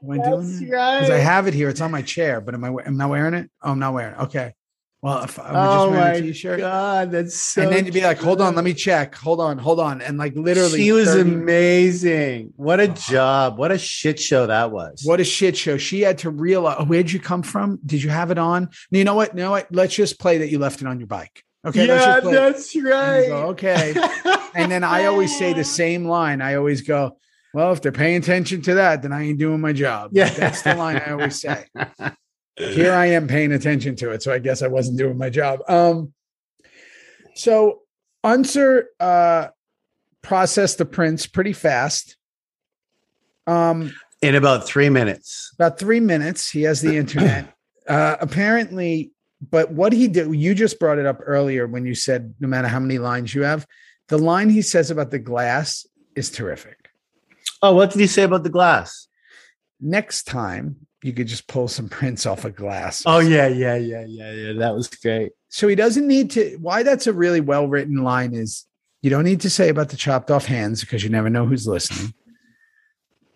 S2: Am I doing that? Because I have it here. It's on my chair, but am I am I wearing it? Oh, I'm not wearing it. Okay. Well, if
S1: Oh
S2: I'm just wearing a
S1: my
S2: t-shirt.
S1: god, that's so.
S2: and then you'd be like, hold on, let me check. Hold on, hold on. And like literally
S1: she was
S2: 30
S1: amazing. What a job! What a shit show that was.
S2: What a shit show. She had to realize, oh, where'd you come from? Did you have it on? And you know what? You know what? Let's just play that you left it on your bike. Okay. let's
S1: yeah,
S2: just play it.
S1: that's
S2: And
S1: right.
S2: you go, okay. And then I always say the same line. I always go, well, if they're paying attention to that, then I ain't doing my job.
S1: Yeah.
S2: That's the line I always say. Here I am paying attention to it. So I guess I wasn't doing my job. Um, so Unser uh, processed the prints pretty fast. Um,
S1: in about three minutes.
S2: about three minutes. He has the internet. uh, apparently, but what he did, you just brought it up earlier when you said no matter how many lines you have, the line he says about the glass is terrific.
S1: Oh, what did he say about the glass?
S2: Next time you could just pull some prints off a glass.
S1: Oh yeah, yeah, yeah, yeah, yeah. That was great.
S2: So he doesn't need to. Why that's a really well written line is you don't need to say about the chopped off hands because you never know who's listening.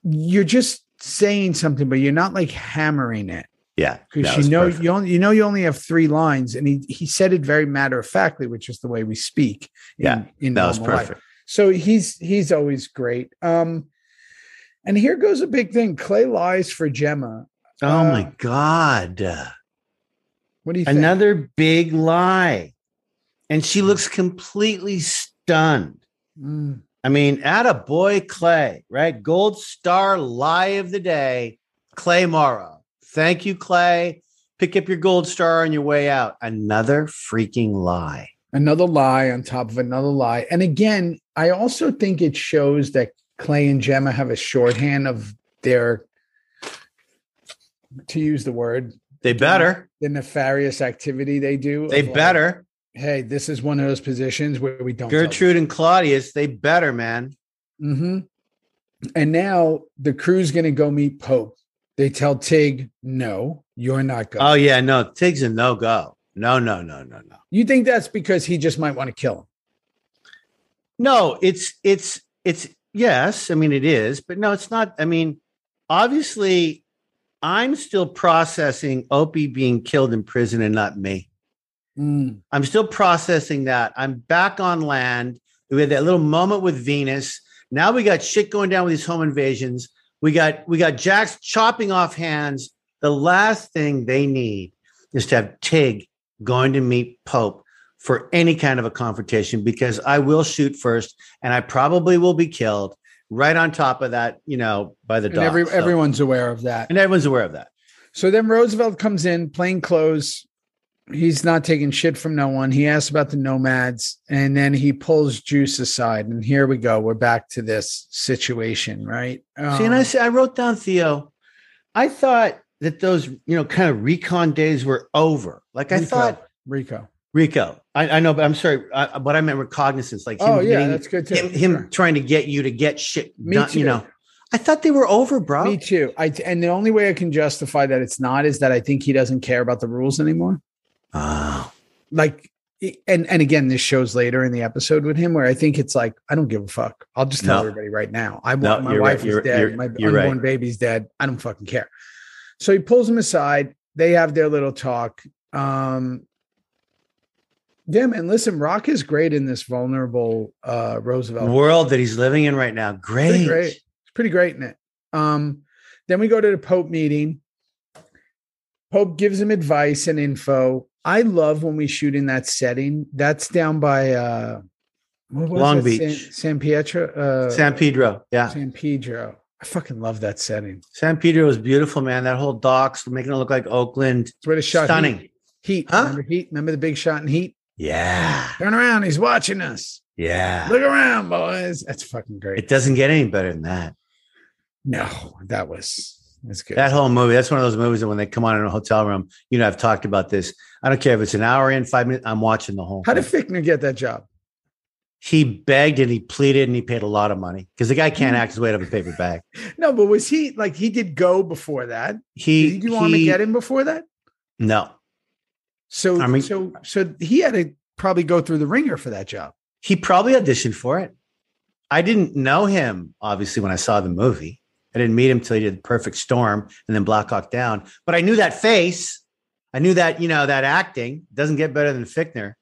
S2: You're just saying something, but you're not like hammering it
S1: Yeah, that
S2: because
S1: was
S2: you know
S1: perfect.
S2: you only, you know you only have three lines, and he he said it very matter of factly, which is the way we speak. in-
S1: Yeah,
S2: in
S1: that was
S2: normal life.
S1: perfect.
S2: So he's he's always great. Um, and here goes a big thing: Clay lies for Gemma.
S1: Oh
S2: Uh,
S1: my god.
S2: What do you think?
S1: Another big lie. And she looks completely stunned.
S2: Mm.
S1: I mean, at a boy, Clay, right? Gold star lie of the day, Clay Morrow. Thank you, Clay. Pick up your gold star on your way out. Another freaking lie.
S2: another lie on top of another lie. And again, I also think it shows that Clay and Gemma have a shorthand of their, to use the word,
S1: They better.
S2: the nefarious activity they do.
S1: They
S2: of like,
S1: better.
S2: hey, this is one of those positions where we don't.
S1: Gertrude and Claudius, they better, man.
S2: hmm And now the crew's going to go meet Pope. They tell Tig, no, you're not going.
S1: Oh, yeah. No, Tig's a no go. No, no, no, no, no.
S2: you think that's because he just might want to kill him?
S1: No, it's it's it's yes, I mean it is, but no, it's not. I mean, obviously, I'm still processing Opie being killed in prison and not me.
S2: Mm,
S1: I'm still processing that. I'm back on land. We had that little moment with Venus. Now we got shit going down with these home invasions. We got we got Jax chopping off hands. The last thing they need is to have Tig going to meet Pope for any kind of a confrontation because I will shoot first and I probably will be killed right on top of that, you know, by the
S2: and
S1: dog.
S2: every,
S1: So-
S2: everyone's aware of that.
S1: and everyone's aware of that.
S2: So then Roosevelt comes in, plain clothes. He's not taking shit from no one. He asks about the nomads, and then he pulls Juice aside. And here we go. We're back to this situation, right?
S1: See, and I
S2: Um,
S1: said, I wrote down Theo. I thought that those, you know, kind of recon days were over. Like I
S2: Rico,
S1: thought
S2: Rico.
S1: Rico. I, I know, but I'm sorry. I, but I meant recognizance, like him,
S2: Oh yeah,
S1: getting-
S2: that's good too.
S1: him, him trying to get you to get shit
S2: Me
S1: done.
S2: too.
S1: You know, I thought they were over,
S2: Sure.
S1: bro.
S2: Me too. I and the only way I can justify that it's not is that I think he doesn't care about the rules anymore.
S1: Oh,
S2: Like, and and again, this shows later in the episode with him where I think it's like I don't give a fuck. I'll just tell
S1: No.
S2: everybody right now. I
S1: No,
S2: want my
S1: you're right.
S2: wife is
S1: You're-
S2: dead.
S1: you're-
S2: my
S1: you're
S2: unborn
S1: right.
S2: baby's dead. I don't fucking care. So he pulls him aside. They have their little talk. Um, yeah, man. Listen, Rock is great in this vulnerable uh, Roosevelt.
S1: the world that he's living in right now. Great.
S2: Pretty great. It's pretty great in it. Um, then we go to the Pope meeting. Pope gives him advice and info. I love when we shoot in that setting. That's down by uh, what was
S1: Long
S2: that?
S1: Beach.
S2: San, San Pietro, uh,
S1: San Pedro. Yeah.
S2: San Pedro. I fucking love that setting.
S1: San Pedro was beautiful, man. That whole docks making it look like Oakland.
S2: It's where the shot
S1: Stunning.
S2: Heat. Heat.
S1: Huh?
S2: Remember Heat? Remember the big shot in Heat?
S1: Yeah.
S2: Turn around. He's watching us.
S1: Yeah.
S2: Look around, boys. That's fucking great.
S1: It doesn't get any better than that.
S2: No, that was that's good.
S1: That whole movie, that's one of those movies that when they come on in a hotel room, you know, I've talked about this. I don't care if it's an hour in, five minutes, I'm watching the whole
S2: How did
S1: thing.
S2: Fickner get that job?
S1: he begged and he pleaded and he paid a lot of money because the guy can't
S2: Hmm.
S1: act his way out of a paper bag.
S2: No, but was he like he did go before that?
S1: He,
S2: Did you want to
S1: he-
S2: get him before that?
S1: No.
S2: So
S1: I mean-
S2: so so he had to probably go through the ringer for that job.
S1: He probably auditioned for it. I didn't know him, obviously, when I saw the movie. I didn't meet him till he did Perfect Storm and then Black Hawk Down. But I knew that face. I knew that, you know, that acting doesn't get better than Fichtner.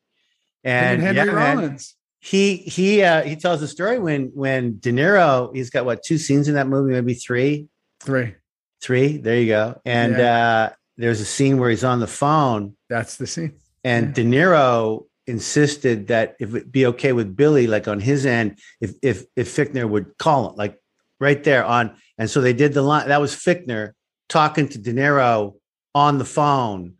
S1: And,
S2: And, Henry
S1: yeah, man.
S2: Rollins.
S1: he he uh he tells the story when when De Niro he's got what two scenes in that movie maybe three
S2: Three.
S1: three there you go and uh there's a scene where he's on the phone
S2: That's the scene.
S1: and De Niro insisted that if it be okay with Billy like on his end if if if Fichtner would call him like right there on and so they did the line that was Fichtner talking to De Niro on the phone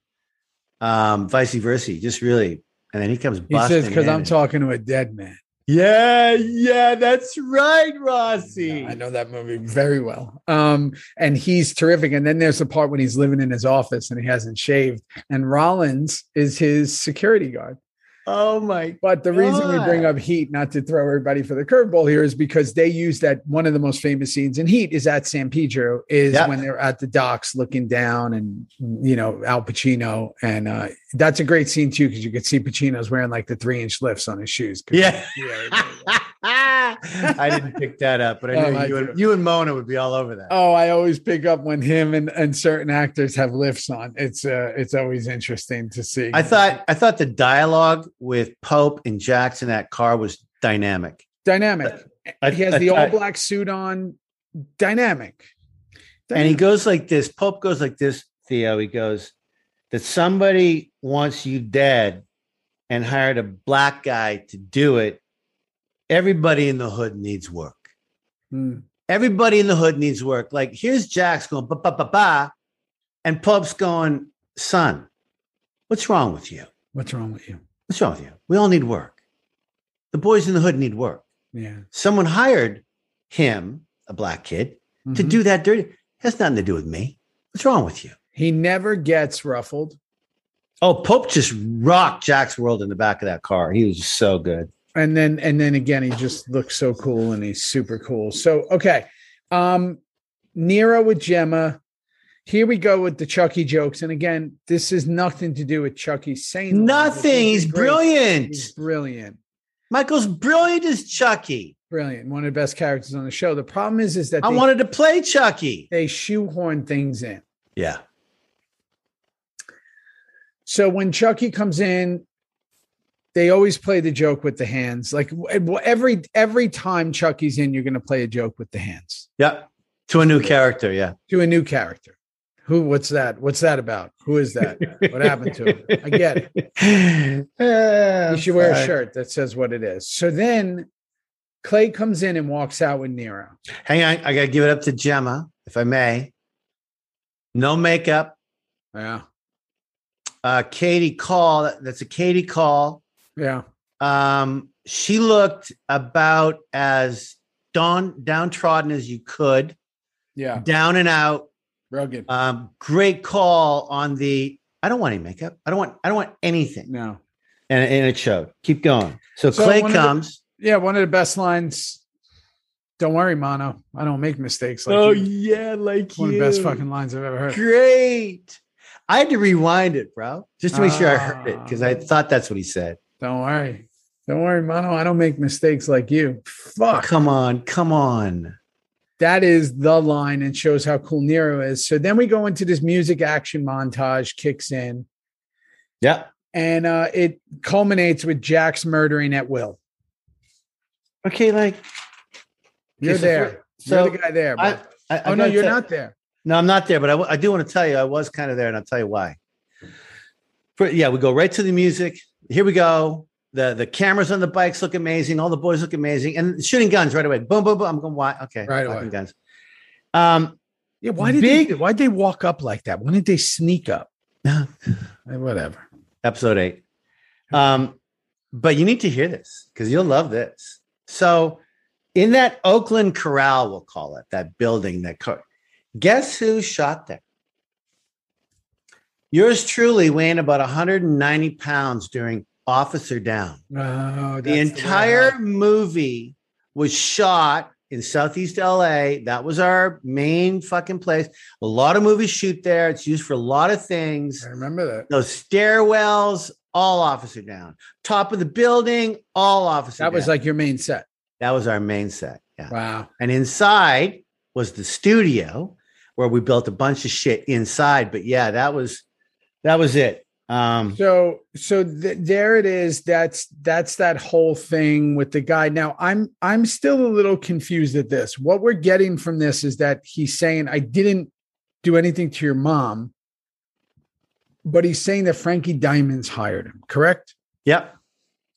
S1: um vice versa just really and then he comes
S2: He
S1: busting
S2: says, because
S1: in
S2: I'm
S1: and-
S2: talking to a dead man.
S1: yeah, yeah, that's right, Rossi.
S2: Yeah, I know that movie very well. Um, and he's terrific. And then there's the part when he's living in his office and he hasn't shaved, and Rollins is his security guard.
S1: Oh my
S2: But the reason we bring
S1: God.
S2: up Heat, not to throw everybody for the curveball here, is because they use that one of the most famous scenes in Heat is at San Pedro, is
S1: Yep.
S2: when they're at the docks looking down and, you know, Al Pacino. And uh, that's a great scene too, because you could see Pacino's wearing like the three inch lifts on his shoes. 'Cause-
S1: Yeah.
S2: Yeah.
S1: I didn't pick that up, but I
S2: Oh,
S1: knew
S2: I
S1: you
S2: do.
S1: and, you and Mona would be all over that.
S2: Oh, I always pick up when him and, and certain actors have lifts on. It's uh, it's always interesting to see.
S1: I thought I thought the dialogue with Pope and Jackson in that car was dynamic.
S2: dynamic.
S1: I-
S2: he has
S1: I-
S2: the
S1: I-
S2: all black suit on. Dynamic.
S1: And he goes like this. Pope goes like this, Theo. He goes, that somebody wants you dead and hired a black guy to do it. Everybody in the hood needs work.
S2: Hmm.
S1: Everybody in the hood needs work. Like here's Jack's going ba ba ba ba, and Pope's going, son, what's wrong with you?
S2: What's wrong with you?
S1: What's wrong with you? We all need work. The boys in the hood need work.
S2: Yeah.
S1: Someone hired him, a black kid, to
S2: Mhm.
S1: do that dirty. Has nothing to do with me. What's wrong with you?
S2: He never gets ruffled.
S1: Oh, Pope just rocked Jack's world in the back of that car. He was so good.
S2: And then and then again, he just looks so cool and he's super cool. So okay. Um Nero with Gemma. Here we go with the Chucky jokes. And again, this is nothing to do with Chucky saying
S1: Nothing. He's
S2: Great.
S1: brilliant.
S2: He's brilliant.
S1: Michael's brilliant as Chucky.
S2: Brilliant. One of the best characters on the show. The problem is is that
S1: I
S2: they,
S1: wanted to play Chucky.
S2: they shoehorn things in.
S1: Yeah.
S2: So when Chucky comes in, they always play the joke with the hands. Like w- every every time Chucky's in, you're going to play a joke with the hands
S1: Yep. To a new character. Yeah.
S2: to a new character. Who? What's that? What's that about? Who is that? What happened to him? I get it.
S1: it.
S2: You should wear a shirt that says what it is. So then Clay comes in and walks out with Nero.
S1: Hang on. I got to give it up to Gemma, if I may. No makeup.
S2: Yeah,
S1: Uh, Katie Call. that- That's a Katie Call.
S2: yeah.
S1: Um, she looked about as down, downtrodden as you could,
S2: Yeah,
S1: down and out.
S2: rugged.
S1: Um, great call on the. I don't want any makeup. I don't want. I don't want anything.
S2: No.
S1: And, and it showed. Keep going. So,
S2: So
S1: Clay
S2: one of the-
S1: comes.
S2: Yeah, one of the best lines. Don't worry, Mono. I don't make mistakes. Like you.
S1: Oh, yeah, like
S2: one of the best fucking lines I've ever heard.
S1: Great. I had to rewind it, bro, just to make sure I heard it because I
S2: Ah.
S1: thought that's what he said.
S2: Don't worry. Don't worry, Mono. I don't make mistakes like you. Fuck.
S1: Come on, come on.
S2: That is the line and shows how cool Nero is. So then we go into this music action montage, kicks in,
S1: Yep.
S2: and uh, it culminates with Jack's murdering at will.
S1: Okay, like
S2: You're
S1: Okay, so
S2: there.
S1: so
S2: you're the guy there.
S1: I,
S2: bro.
S1: I, I
S2: oh, no,
S1: gotta
S2: you're
S1: tell-
S2: not there.
S1: No, I'm not there, but I, w- I do want to tell you I was kind of there, and I'll tell you why. For, yeah, we go right to the music. Here we go. The the cameras on the bikes look amazing. All the boys look amazing, and shooting guns right away. Boom, boom, boom. I'm going. Why? Okay,
S2: Right away.
S1: fucking guns. Um,
S2: Yeah,
S1: why did they-
S2: why'd they walk up like that? Why did they sneak up?
S1: Eh,
S2: Whatever.
S1: episode eight. Um, but you need to hear this because you'll love this. So, in that Oakland corral, we'll call it that building that. Co- guess who shot there? Yours truly weighing about 190 pounds during Officer Down.
S2: Oh,
S1: The entire movie was shot in Southeast LA. That was our main fucking place. A lot of movies shoot there. It's used for a lot of things
S2: I remember that.
S1: those stairwells, all officer down. Top of the building, all officer.
S2: That was
S1: down.
S2: like your main set.
S1: that was our main set. Yeah.
S2: Wow.
S1: And inside was the studio where we built a bunch of shit inside. But yeah, that was that was it. Um
S2: so so th- there it is that's that's that whole thing with the guy now i'm i'm still a little confused at this what we're getting from this is that he's saying i didn't do anything to your mom but he's saying that frankie diamonds hired him correct
S1: yep.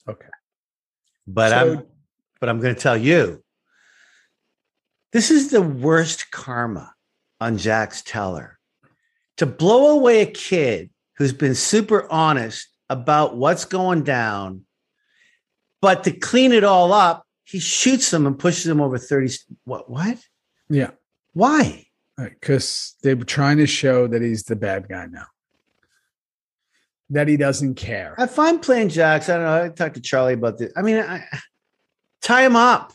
S2: Okay.
S1: But
S2: So-
S1: I'm but I'm gonna tell you. This is the worst karma on Jack's teller. To blow away a kid who's been super honest about what's going down, but to clean it all up, he shoots them and pushes them over 30. What? What?
S2: yeah
S1: Why?
S2: because they were trying to show that he's the bad guy now that he doesn't care.
S1: I find playing jacks. I don't know. I talked to Charlie about this. I mean, I, tie him up.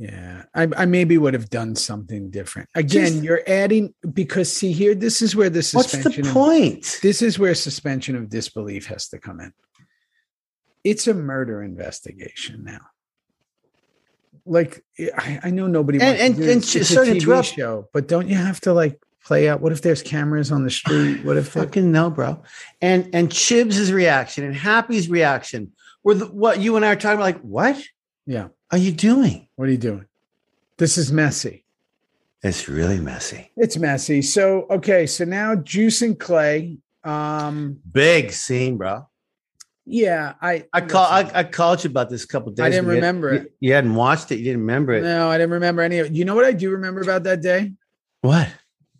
S2: Yeah, I, I maybe would have done something different. Again, you're adding because see here, this is where the
S1: What's
S2: suspension.
S1: the
S2: of-
S1: point?
S2: this is where suspension of disbelief has to come in. It's a murder investigation now. Like I, I know nobody
S1: And-
S2: wants to
S1: and-
S2: do
S1: and
S2: this. It's a
S1: sorry to
S2: TV
S1: interrupt.
S2: show, but don't you have to like play out? What if there's cameras on the street? What if they're-
S1: Fucking no, bro. And and Chibs' reaction and Happy's reaction were the, what you and I are talking about. Like, what
S2: yeah?
S1: are you doing?
S2: What are you doing? This is messy.
S1: It's really messy.
S2: It's messy. So okay, so now Juice and Clay. Um,
S1: Big scene, bro.
S2: yeah, I
S1: I call I, I called you about this a couple days.
S2: I didn't
S1: ago. You-
S2: remember
S1: You,
S2: it.
S1: you hadn't watched it. You didn't remember it.
S2: no, I didn't remember any of. You know what I do remember about that day?
S1: What?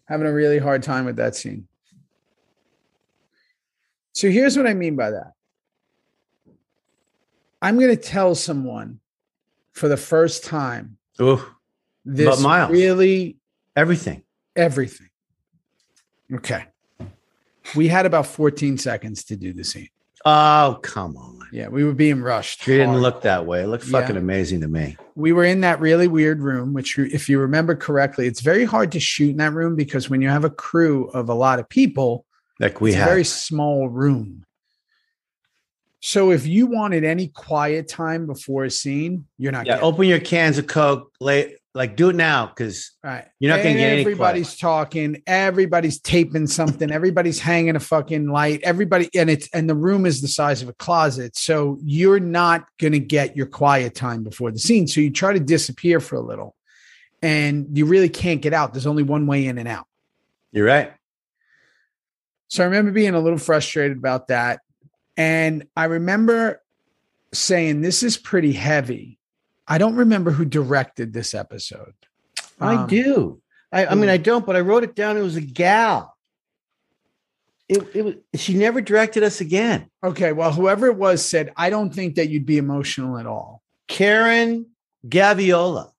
S2: having a really hard time with that scene. So here's what I mean by that. I'm going to tell someone for the first time
S1: Ooh,
S2: this
S1: About Miles.
S2: really
S1: everything.
S2: everything. Okay. We had about 14 seconds to do the scene.
S1: Oh, come on.
S2: Yeah, we were being rushed.
S1: You didn't
S2: hard.
S1: look that way. It looked
S2: Yeah.
S1: fucking amazing to me.
S2: we were in that really weird room, which, you- if you remember correctly, it's very hard to shoot in that room because when you have a crew of a lot of people,
S1: Like we
S2: it's
S1: had.
S2: a very small room. So if you wanted any quiet time before a scene, you're not
S1: yeah,
S2: getting
S1: open your cans of Coke. Late, like do it now because
S2: all right.
S1: you're not gonna
S2: And
S1: get any
S2: everybody's talking, everybody's taping something, everybody's hanging a fucking light, everybody and it's and the room is the size of a closet. So you're not gonna get your quiet time before the scene. So you try to disappear for a little and you really can't get out. There's only one way in and out.
S1: you're right.
S2: So I remember being a little frustrated about that. And I remember saying, This is pretty heavy. I don't remember who directed this episode.
S1: I
S2: Um,
S1: do. I, I mean, I don't, but I wrote it down. It was a gal. It, it was, she never directed us again.
S2: Okay. Well, whoever it was said, I don't think that you'd be emotional at all.
S1: Karen Gaviola.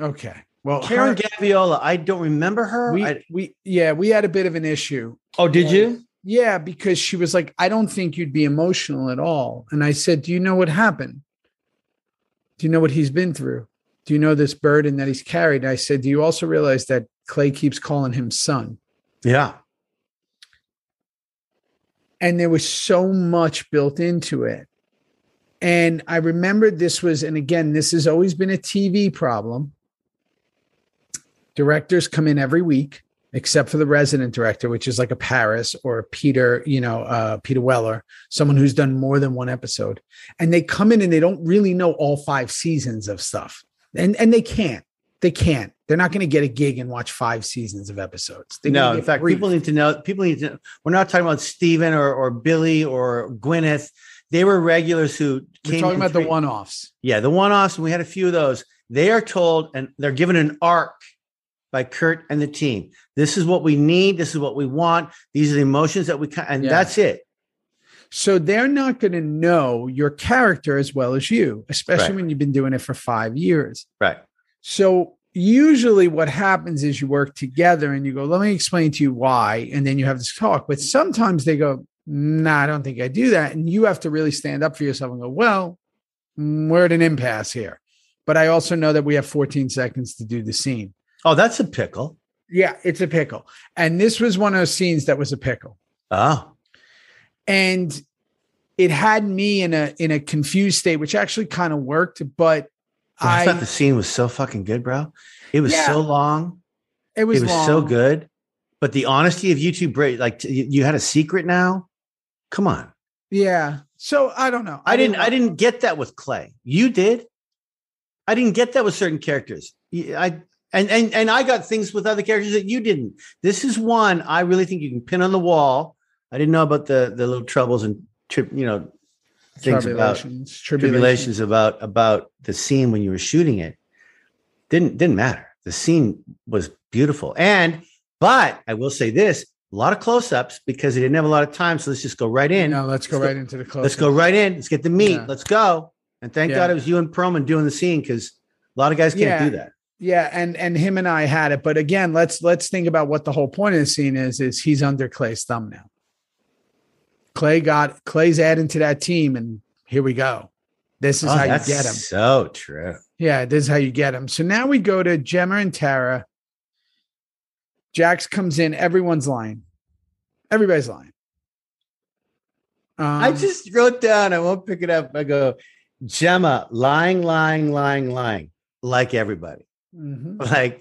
S2: Okay. Well,
S1: Karen
S2: Oh, her-
S1: Gaviola. I don't remember her.
S2: we,
S1: I-
S2: we, yeah, we had a bit of an issue.
S1: oh, did you?
S2: Yeah, because she was like, I don't think you'd be emotional at all. And I said, Do you know what happened? Do you know what he's been through? Do you know this burden that he's carried? I said, Do you also realize that Clay keeps calling him son?
S1: Yeah.
S2: And there was so much built into it. And I remembered this was, and again, this has always been a TV problem. Directors come in every week, except for the resident director, which is like a Paris or a Peter, you know, uh, Peter Weller, someone who's done more than one episode. And they come in and they don't really know all five seasons of stuff. And and they can't. They can't. They're not going to get a gig and watch five seasons of episodes. They're
S1: no,
S2: gonna
S1: in
S2: get
S1: fact,
S2: briefed.
S1: people need to know. People need to. We're not talking about Steven or, or Billy or Gwyneth. They were regulars who
S2: We're
S1: came.
S2: talking
S1: from
S2: about the
S1: three-
S2: one-offs.
S1: Yeah, the one offs, and we had a few of those. They are told and they're given an arc by Kurt and the team. This is what we need. This is what we want. These are the emotions that we can, and
S2: Yeah.
S1: that's it.
S2: So they're not going to know your character as well as you, especially
S1: Right.
S2: when you've been doing it for five years.
S1: Right.
S2: So usually what happens is you work together and you go, let me explain to you why. And then you have this talk. But sometimes they go, nah, I don't think I do that. And you have to really stand up for yourself and go, well, mm, we're at an impasse here. But I also know that we have 14 seconds to do the scene.
S1: Oh, that's a pickle.
S2: Yeah, it's a pickle. And this was one of those scenes that was a pickle
S1: Oh,
S2: and it had me in a in a confused state which actually kind of worked but
S1: I, thought the
S2: i
S1: scene was so fucking good, bro. It was
S2: Yeah.
S1: so long.
S2: it
S1: It
S2: was,
S1: was, so
S2: long.
S1: good. But the honesty of you two, Bra- like t- you you had a secret now. Come on.
S2: yeah so i don't know
S1: I didn't. I didn't get that with Clay. You did. I didn't get that with certain characters. Y- I and and and I got things with other characters that you didn't. This is one I really think you can pin on the wall. I didn't know about the the little troubles and trip. You know, things about
S2: tribulations, tribulations
S1: tribulations about about the scene when you were shooting it. Didn't didn't matter. The scene was beautiful. And but I will say this: a lot of close ups because they didn't have a lot of time. So let's just go right in.
S2: no let's go
S1: Let's go-
S2: right into the close
S1: Let's go right in. Let's get the meat.
S2: Yeah.
S1: Let's go. And thank
S2: Yeah.
S1: God it was you and Perlman doing the scene because a lot of guys can't
S2: Yeah.
S1: do that.
S2: yeah and and him and i had it but again let's let's think about what the whole point of the scene is is he's under clay's thumb now Clay got Clay's adding to that team, and here we go. This is
S1: Oh,
S2: how you
S1: that's
S2: get him.
S1: So true.
S2: Yeah, this is how you get them. So now we go to Gemma and Tara. Jax comes in. Everyone's lying. Everybody's lying. Um,
S1: I just wrote down, I won't pick it up. I go, Gemma, lying, lying, lying, lying, like everybody.
S2: mhm.
S1: Like,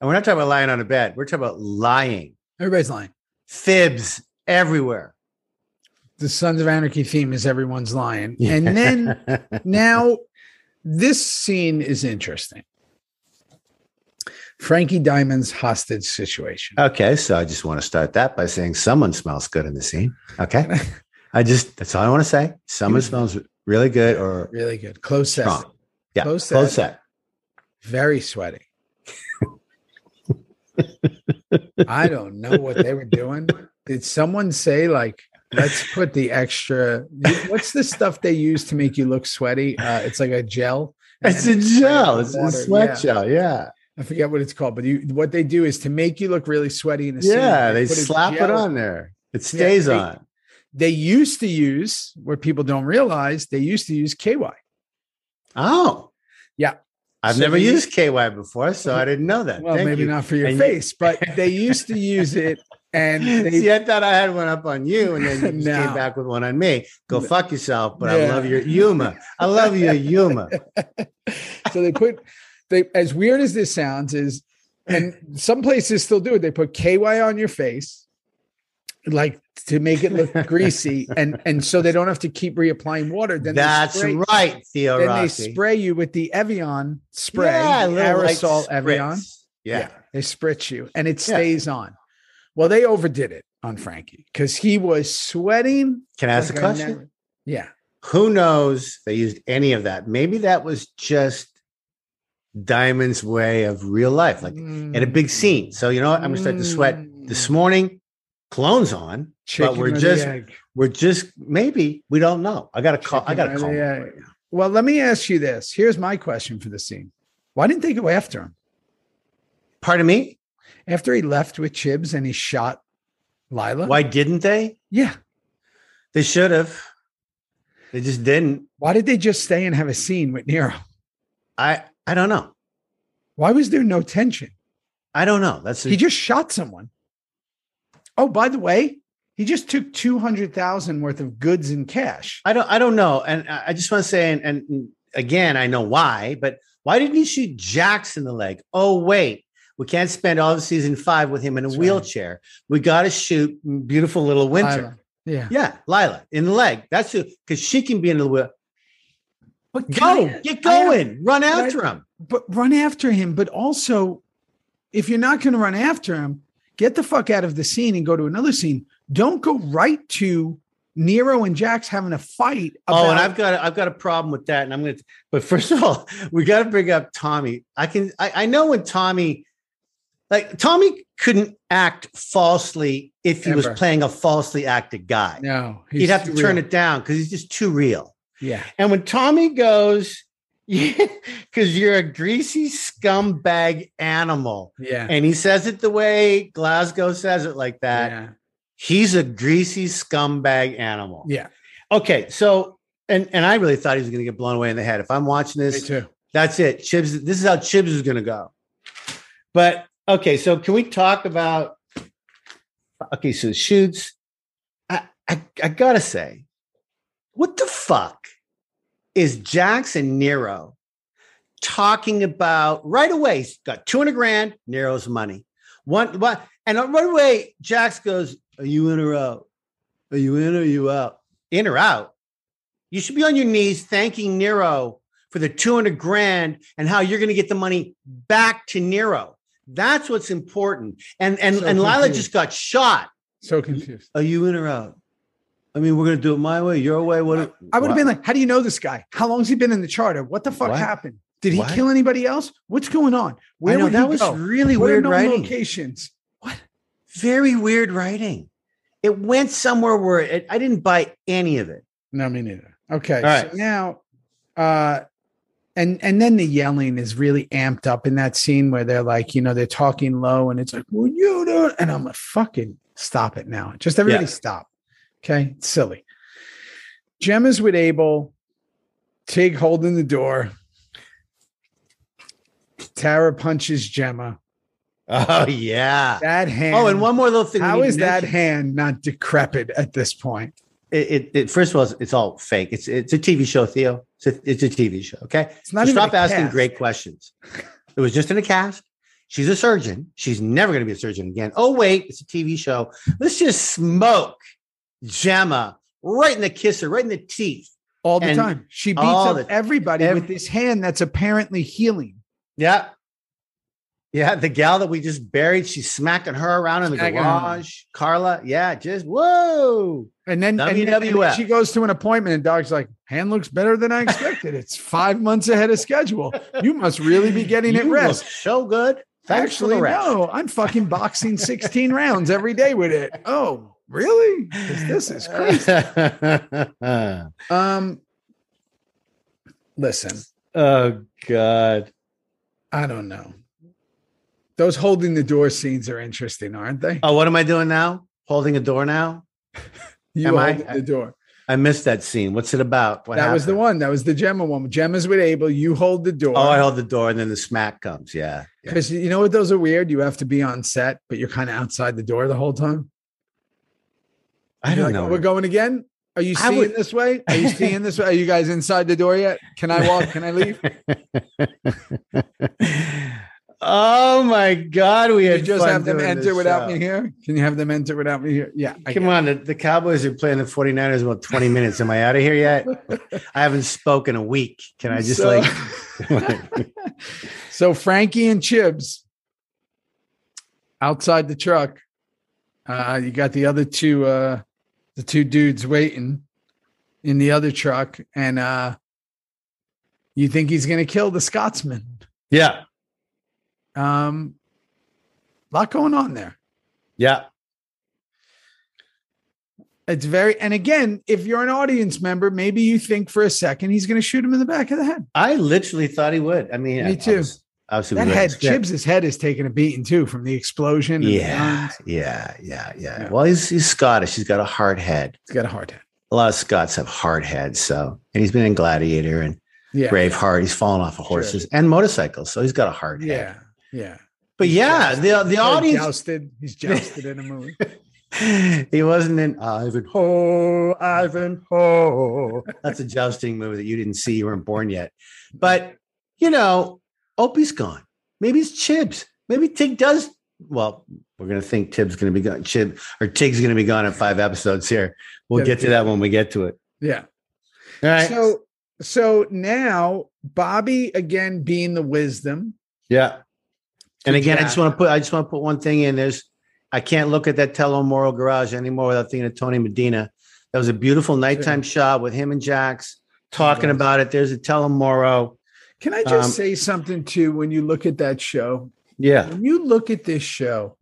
S1: and we're not talking about lying on a bed. We're talking about lying,
S2: everybody's lying.
S1: fibs everywhere.
S2: The Sons of Anarchy theme is everyone's lying. And then now this scene is interesting. Frankie Diamond's hostage situation.
S1: okay, so I just want to start that by saying someone smells good in the scene. Okay. I just, that's all I want to say. Someone smells really good or
S2: Really good. Close set.
S1: strong. Yeah.
S2: Close
S1: Close set.
S2: set. Very sweaty. I don't know what they were doing. Did someone say like, let's put the extra? What's the stuff they use to make you look sweaty? Uh, it's like a gel.
S1: It's a
S2: And spray it
S1: gel.
S2: with
S1: It's a
S2: water.
S1: sweat
S2: Yeah.
S1: gel. Yeah.
S2: I forget what it's called, but you, what they do is to make you look really sweaty in a scene,
S1: Yeah. They
S2: put a
S1: slap it
S2: gel-
S1: on there. It stays
S2: they-
S1: on.
S2: They used to use where people don't realize they used to use KY.
S1: Oh.
S2: Yeah.
S1: I've
S2: So
S1: never
S2: they- Uh-huh.
S1: used KY before, so I didn't know that.
S2: Well,
S1: Thank
S2: maybe
S1: you.
S2: not for your
S1: And you-
S2: face, but they used to use it, and they
S1: See, I thought I had one up on you, and then you just
S2: No.
S1: came back with one on me. Go fuck yourself, but I
S2: Yeah.
S1: love your humor. I love your humor.
S2: so they put they as weird as this sounds is and some places still do it they put ky on your face like to make it look greasy and and so they don't have to keep reapplying water then they
S1: That's
S2: spray-
S1: right, Theo
S2: then they
S1: Rossi.
S2: spray you with the evian spray
S1: Yeah,
S2: the
S1: little, like,
S2: aerosol evion
S1: spritz. Yeah.
S2: they spritz you and it
S1: Yeah.
S2: stays on well they overdid it on frankie because he was sweating
S1: Can I ask
S2: like
S1: a
S2: I
S1: question?
S2: never- yeah
S1: Who knows? They used any of that. Maybe that was just Diamond's way of real life, like
S2: Mm.
S1: in a big scene. So you know what? I'm gonna start to sweat this morning. Clones on.
S2: Chicken
S1: we're
S2: or the
S1: just-
S2: egg?
S1: We're just maybe we don't know. I gotta call. I
S2: Chicken
S1: gotta
S2: or
S1: call.
S2: the
S1: him
S2: egg?
S1: right now.
S2: Well, let me ask you this. Here's my question for the scene. Why didn't they go after him?
S1: Pardon me.
S2: After he left with Chibs and he shot Lila?
S1: Why didn't they?
S2: Yeah.
S1: They should have. They just didn't.
S2: Why did they just stay and have a scene with Nero?
S1: I I don't know.
S2: Why was there no tension?
S1: I don't know. That's
S2: He just shot someone. Oh, by the way, he just took 200,000 worth of goods in cash.
S1: I don't I don't know. And I I just want to say and, and again I know why, but why didn't he shoot Jax in the leg? Oh wait, we can't spend all of season five with him in a
S2: That's right.
S1: wheelchair. We got to shoot beautiful little Winter.
S2: Lila. Uh, Yeah.
S1: Yeah, Lila in the leg. That's who because she can be in the wheel.
S2: But
S1: Go
S2: Kyle-
S1: get
S2: I am-
S1: going, run
S2: I-
S1: after him.
S2: but run after him. But also, if you're not going to run after him, get the fuck out of the scene and go to another scene. Don't go right to Nero and Jax having a fight. About,
S1: oh, and I've got a, I've got a problem with that, and I'm gonna. But first of all, we got to bring up Tommy. I can I, I know when Tommy, like Tommy, couldn't act falsely if he was
S2: Ever.
S1: playing a falsely acted guy.
S2: no.
S1: He'd have to turn it down because he's just too real.
S2: Yeah,
S1: And when Tommy goes, because you're a greasy scumbag animal,
S2: yeah,
S1: and he says it the way Glasgow says it, like that.
S2: yeah,
S1: He's a greasy scumbag animal.
S2: yeah.
S1: Okay, so and and I really thought he was going to get blown away in the head. If I'm watching
S2: Me
S1: this,
S2: too.
S1: that's it. Chibs, this is how Chibs is going to go. But okay, so can we talk about? Okay, so shoots. I I, I gotta say, what the fuck is Jackson Nero talking about right away? He's got two hundred grand. Nero's money. One what? And right away, Jax goes, "Are you in or out? Are you in or are you out? In or out? You should be on your knees thanking Nero." for the 200 grand and how you're going to get the money back to Nero. That's what's important. And and
S2: So
S1: and Lila
S2: confused.
S1: just got shot.
S2: So confused.
S1: Are you in or out? I mean, we're going to do it my way, your way. What?
S2: I would have been like, "How do you know this guy? How long's he been in the charter? What the fuck
S1: What?
S2: happened? Did he
S1: What?
S2: kill anybody else? What's going on? Where
S1: I know
S2: would
S1: that
S2: he
S1: was
S2: go?
S1: really
S2: What are
S1: weird
S2: known
S1: writing.
S2: locations?
S1: Very weird writing. It went somewhere where it, I didn't buy any of it.
S2: No, me neither. Okay.
S1: All right.
S2: So now uh and and then the yelling is really amped up in that scene where they're like, you know, they're talking low and it's like, well, you do and I'm like, fucking stop it now. Just everybody
S1: Yeah.
S2: stop. Okay. It's silly. Gemma's with Abel, Tig holding the door. Tara punches Gemma.
S1: Oh yeah.
S2: That hand.
S1: Oh, and one more little thing. we
S2: How
S1: need to
S2: is that
S1: mention.
S2: hand not decrepit at this point?
S1: It, it, it- first of all, it's, it's all fake. It's it's a TV show, Theo. It's a, it's a TV show. Okay.
S2: It's not
S1: So
S2: even
S1: stop
S2: a
S1: asking
S2: cast.
S1: great questions. It was just in a cast. She's a surgeon. She's never going to be a surgeon again. Oh wait, it's a TV show. Let's just smoke Gemma right in the kisser, right in the teeth.
S2: All the
S1: And
S2: time. She beats
S1: all
S2: up
S1: the-
S2: everybody
S1: ev-
S2: with this hand that's apparently healing.
S1: Yeah. Yeah, the gal that we just buried, she's smacking her around in the
S2: Smacking her.
S1: garage. Carla, yeah, just whoa.
S2: And then, and, then- and then
S1: WWF.
S2: she goes to an appointment, and Doc's like, "Hand looks better than I expected. it's five months ahead of schedule. You must really be getting it
S1: You look
S2: rest."
S1: so good. Thanks for
S2: Actually,
S1: the rest.
S2: no, I'm fucking boxing 16 rounds every day with it. Oh, really? 'Cause This is crazy.
S1: crazy.
S2: Um, listen,
S1: oh God.
S2: I don't know. Those holding the door scenes are interesting, aren't they?
S1: Oh, what am I doing now? Holding a door now?
S2: You
S1: am I?
S2: holding the door.
S1: I missed that scene. What's it about? What
S2: that was the
S1: happened?
S2: one. That was the Gemma one. Gemma's with Abel. You hold the door.
S1: Oh, I hold the door and then the smack comes. Yeah. yeah.
S2: Because you know what? Those are weird. You have to be on set, but you're kind of outside the door the whole time.
S1: I
S2: You're
S1: don't
S2: like, "Oh,
S1: know.
S2: We're going again. Are you
S1: I
S2: seeing
S1: would-
S2: this way? Are you seeing this way? Are you guys inside the door yet? Can I walk? Can I leave?
S1: oh my God. We
S2: Can
S1: had
S2: you just
S1: fun
S2: have them
S1: doing
S2: enter
S1: this
S2: without
S1: show.
S2: me here? Can you have them enter without me here? Yeah. I
S1: Come
S2: get
S1: on, the, the Cowboys are playing the 49ers in about 20 minutes. Am I out of here yet? I haven't spoken a week. Can I
S2: it.
S1: just
S2: So-
S1: like
S2: so Frankie and Chibs outside the truck. Uh, you got the other two, uh, the two dudes waiting in the other truck, and uh, you think he's going to kill the Scotsman.
S1: Yeah.
S2: Um, lot going on there.
S1: Yeah.
S2: It's very, and again, if you're an audience member, maybe you think for a second he's going to shoot him in the back of the head.
S1: I literally thought he would. I mean,
S2: Me
S1: I-
S2: too.
S1: obvi- Obviously,
S2: That
S1: we read
S2: head,
S1: the script.
S2: Chibs's head is taking a beating too from the explosion. and the
S1: Yeah,
S2: guns.
S1: yeah, yeah, yeah.
S2: Yeah.
S1: Well, he's he's Scottish. He's got a hard head.
S2: he's got a hard head.
S1: A lot of Scots have hard heads. So, and he's been in Gladiator and
S2: Yeah,
S1: Braveheart. He's fallen off of
S2: Sure.
S1: horses and motorcycles, so he's got a hard head.
S2: yeah, yeah.
S1: But yeah, the the
S2: He's
S1: audience.
S2: jousted. He's jousted in a movie.
S1: He wasn't in
S2: Oh.
S1: Ivanhoe, Ivanhoe. That's a jousting movie that you didn't see. You weren't born yet. But you know, Opie's gone. Maybe it's Chibs. Maybe Tig does. Well, we're gonna think Tib's gonna be gone. Chib or Tig's gonna be gone in five episodes. Here, we'll get to that when we get to it.
S2: Yeah.
S1: All right.
S2: So, so now Bobby again being the wisdom.
S1: yeah. And again, I
S2: Jack.
S1: just want to put. I just want to put one thing in. There's. I can't look at that Tello Moro garage anymore without thinking of Tony Medina. That was a beautiful nighttime shot with him and Jax talking
S2: Yes.
S1: about it. There's a Tello Moro.
S2: Can I just
S1: Um,
S2: say something too? When you look at that show,
S1: Yeah.
S2: When you look at this show,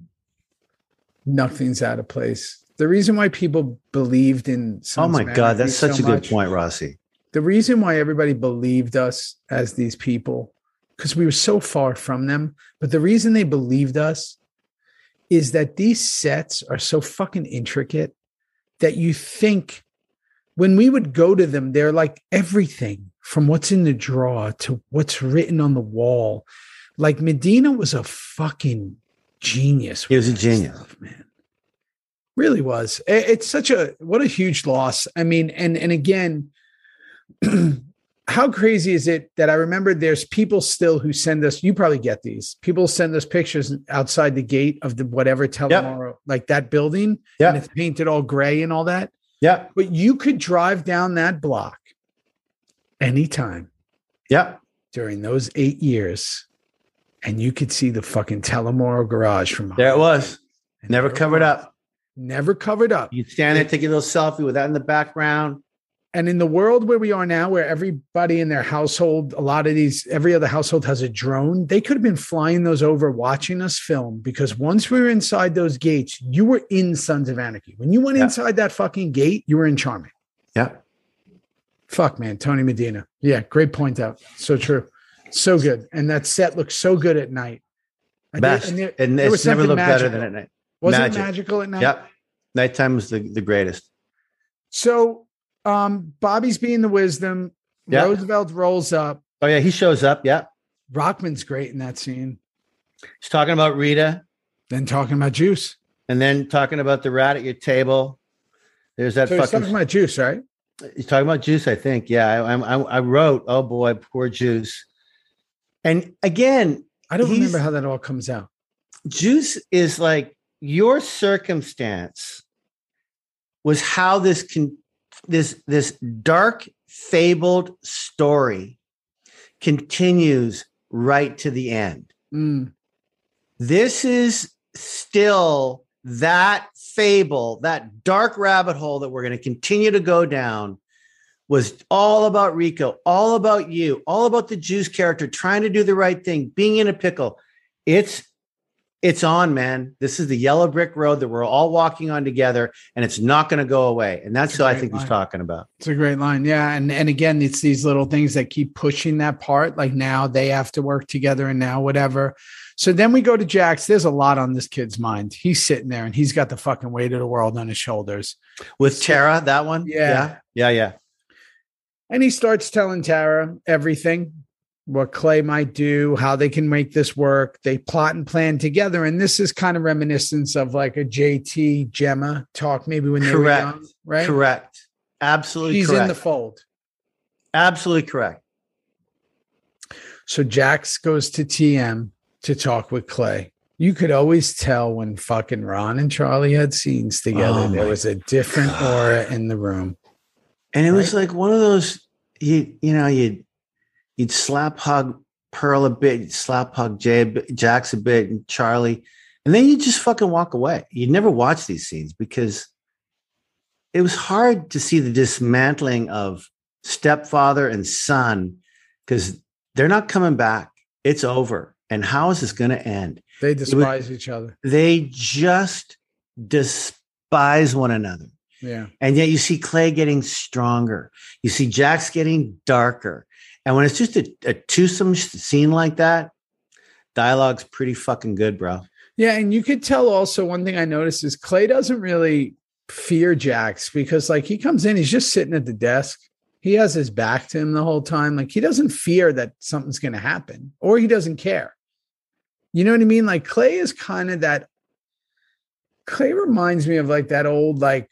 S2: nothing's out of place. The reason why people believed in
S1: Oh
S2: Sons
S1: my
S2: of
S1: God, that's
S2: Anarchy
S1: such
S2: so
S1: a good
S2: much,
S1: point, Rossi.
S2: The reason why everybody believed us as these people, because we were so far from them, but the reason they believed us is that these sets are so fucking intricate that you think when we would go to them, they're like everything from what's in the drawer to what's written on the wall. Like Medina was a fucking genius.
S1: He was
S2: with
S1: a
S2: that
S1: genius.
S2: stuff, man. Really was. I- It's such a what a huge loss. I mean, and and again, how crazy is it that I remember there's people still who send us, you probably get these. People send us pictures outside the gate of the whatever Telemaro, like that building,
S1: Yeah.
S2: and it's painted all gray and all that.
S1: Yep.
S2: But you could drive down that block anytime
S1: Yep.
S2: during those eight years, and you could see the fucking Telemoro garage from
S1: There it was.
S2: And
S1: Never
S2: there it
S1: covered
S2: was.
S1: up.
S2: Never covered up.
S1: You stand there, take a little selfie with that in the background.
S2: And in the world where we are now, where everybody in their household, a lot of these, every other household has a drone, they could have been flying those over watching us film because once we were inside those gates, you were in Sons of Anarchy. When you went
S1: Yeah.
S2: inside that fucking gate, you were in Charming.
S1: Yep.
S2: Fuck, man. Tony Medina. Yeah, great point out. So true. So good. And that set looks so good at night. And there-
S1: Best.
S2: and
S1: And,
S2: there- was
S1: it's never
S2: something
S1: looked better
S2: magical.
S1: than at night.
S2: was it
S1: magic.
S2: magical at night?
S1: Yep. Nighttime was the, the greatest.
S2: So um, Bobby's being the wisdom.
S1: Yeah.
S2: Roosevelt rolls up.
S1: Oh yeah, he shows up. Yeah,
S2: Rockman's great in that scene.
S1: he's talking about Rita,
S2: Then talking about juice.
S1: and then talking about the rat at your table. There's that
S2: So he's
S1: fucking.
S2: talking about juice, right?
S1: He's talking about juice, I think. Yeah, I, I, I wrote. Oh boy, poor juice. And again,
S2: I don't
S1: He's-
S2: remember how that all comes out.
S1: juice is like your circumstance was how this can this this dark fabled story continues right to the end
S2: Mm,
S1: this is still that fable, that dark rabbit hole that we're going to continue to go down was all about Rico, all about you, all about the juice character trying to do the right thing, being in a pickle. It's it's on, man. This is the yellow brick road that we're all walking on together, and it's not going to go away. And that's
S2: It's a
S1: what I
S2: great
S1: think
S2: line.
S1: he's talking about.
S2: it's a great line. Yeah. And and again, it's these little things that keep pushing that part. Like now they have to work together and now whatever. So then we go to Jax. There's a lot on this kid's mind. He's sitting there and he's got the fucking weight of the world on his shoulders.
S1: With Tara, that one,
S2: Yeah.
S1: yeah, yeah. yeah.
S2: And he starts telling Tara everything what Clay might do, how they can make this work. They plot and plan together. And this is kind of reminiscence of like a JT Gemma talk, maybe when they
S1: Correct.
S2: were young, right?
S1: Correct, absolutely
S2: She's
S1: correct,
S2: in the fold.
S1: absolutely correct.
S2: So Jax goes to TM to talk with Clay. You could always tell when fucking Ron and Charlie had scenes together.
S1: Oh
S2: there
S1: my
S2: was a different aura in the room.
S1: And it was like one of those you you know you'd you'd slap hug Pearl a bit, you'd slap hug Jay a bit, Jax a bit, and Charlie, and then you just fucking walk away. You'd never watch these scenes because it was hard to see the dismantling of stepfather and son because they're not coming back. It's over. And how is this going to end?
S2: They despise each other.
S1: They just despise one another.
S2: Yeah.
S1: And yet you see Clay getting stronger. You see Jack's getting darker. And when it's just a, a twosome s- scene like that, dialogue's pretty fucking good, bro.
S2: Yeah, and you could tell also one thing I noticed is Clay doesn't really fear Jax because like he comes in, he's just sitting at the desk. He has his back to him the whole time. Like he doesn't fear that something's going to happen or he doesn't care. You know what I mean? Like Clay is kind of that Clay reminds me of like that old like